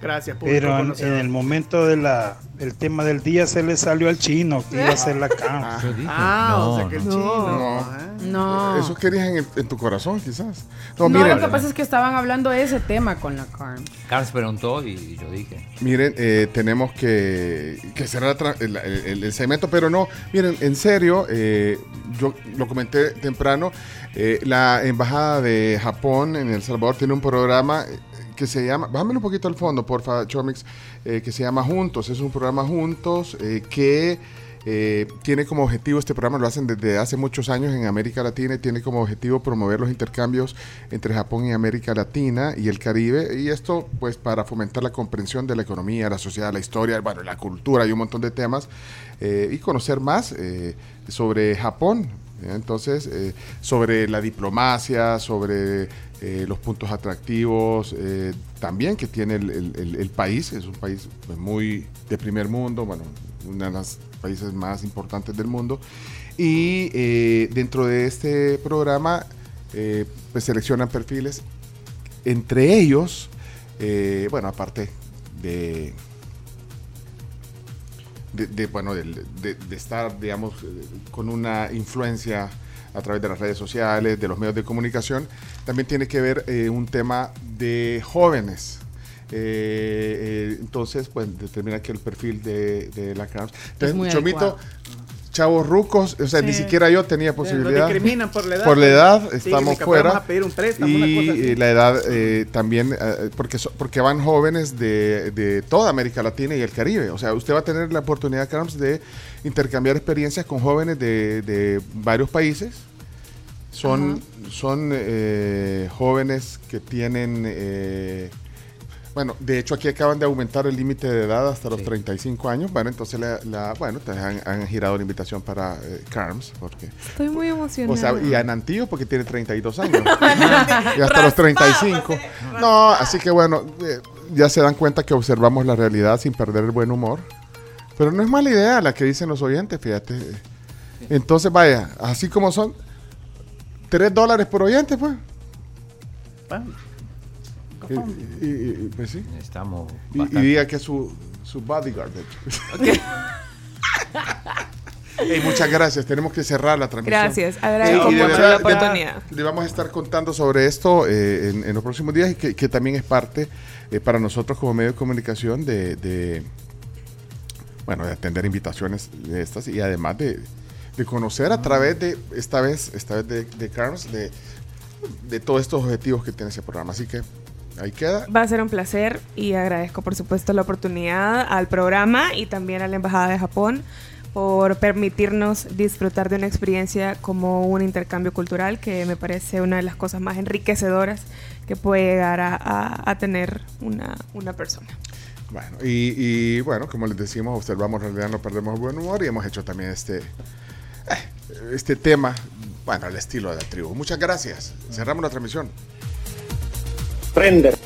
Gracias, público
pero en,
conocedor.
en el momento de la, del tema del día se le salió al chino que iba a hacer la cama.
Ah, o sea que el chino.
No.
Ah, Eso querías en, el- en tu corazón, quizás.
No,
No, miren,
lo que pasa es que estaban hablando de ese tema con la Carm.
Carlos preguntó y yo dije.
miren eh, tenemos que, que cerrar la tra- el, el- el segmento, pero no, miren, en serio, eh, yo lo comenté temprano, eh, la Embajada de Japón en El Salvador tiene un programa eh, que se llama, bájame un poquito al fondo, porfa, Chomix, eh, que se llama Juntos, es un programa Juntos eh, que... eh, tiene como objetivo este programa, lo hacen desde hace muchos años en América Latina y tiene como objetivo promover los intercambios entre Japón y América Latina y el Caribe. Y esto, pues, para fomentar la comprensión de la economía, la sociedad, la historia, bueno, la cultura y un montón de temas eh, y conocer más eh, sobre Japón. ¿ya? Entonces, eh, sobre la diplomacia, sobre eh, los puntos atractivos eh, también que tiene el, el- el- el país. Es un país pues, muy de primer mundo, bueno, uno de los países más importantes del mundo. Y eh, dentro de este programa, eh, pues seleccionan perfiles. Entre ellos, eh, bueno, aparte de de, de, bueno, del- de, de estar, digamos, eh, con una influencia a través de las redes sociales, de los medios de comunicación, también tiene que ver eh, un tema de jóvenes. Eh, eh, entonces, pues determina que el perfil de, de la Krams. Entonces,
muy
Chomito,
adecuado.
chavos rucos, o sea, ni
Sí.
siquiera yo tenía posibilidad.
Lo Este, discriminan por la edad.
Por la edad,
Sí,
estamos
ni que fuéramos
fuera.
a pedir un préstamo,
y
una cosa así.
eh, la edad eh, también, eh, porque, so- porque van jóvenes de, de toda América Latina y el Caribe. O sea, usted va a tener la oportunidad, Carms, de intercambiar experiencias con jóvenes de, de varios países. Son, son eh, jóvenes que tienen... eh, bueno, de hecho aquí acaban de aumentar el límite de edad hasta los 35 años. Bueno, entonces la, la- bueno, te han, han girado la invitación para eh, Carms, porque
Estoy muy emocionada.
o sea, y Anantío porque tiene 32 años. y hasta los 35. No, así que bueno, eh, ya se dan cuenta que observamos la realidad sin perder el buen humor. Pero no es mala idea la que dicen los oyentes, fíjate. Entonces, vaya, así como son, 3 dólares por oyente, pues. Y, y- y- pues sí.
Estamos
Y- Y,
bastante.
diga que es su, su bodyguard, de hecho. Ey, muchas gracias. Tenemos que cerrar la transmisión.
Gracias. Agradezco
Sí, y de
mucho
verdad,
la
de-
oportunidad.
Le vamos a estar contando sobre esto eh, en, en los próximos días y que, que también es parte eh, para nosotros como medio de comunicación de, de, bueno, de atender invitaciones de estas y además de, de conocer a través de, esta vez, esta vez de, de Carms, de, de todos estos objetivos que tiene ese programa. Así que ahí queda.
Va a ser un placer y agradezco por supuesto la oportunidad al programa y también a la Embajada de Japón por permitirnos disfrutar de una experiencia como un intercambio cultural que me parece una de las cosas más enriquecedoras que puede llegar a, a- a tener una, una persona.
Bueno, y, y, bueno, como les decimos, observamos realidad, no perdemos el buen humor y hemos hecho también este, eh, este tema, bueno, al estilo de la tribu. Muchas gracias. Cerramos la transmisión. Prender.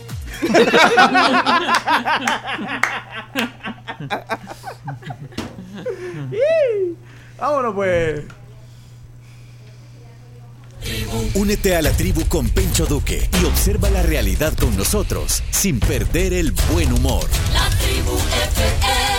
Ih, Vámonos pues.
Únete a la tribu con Pencho Duque y observa la realidad con nosotros sin perder el buen humor. La tribu FM.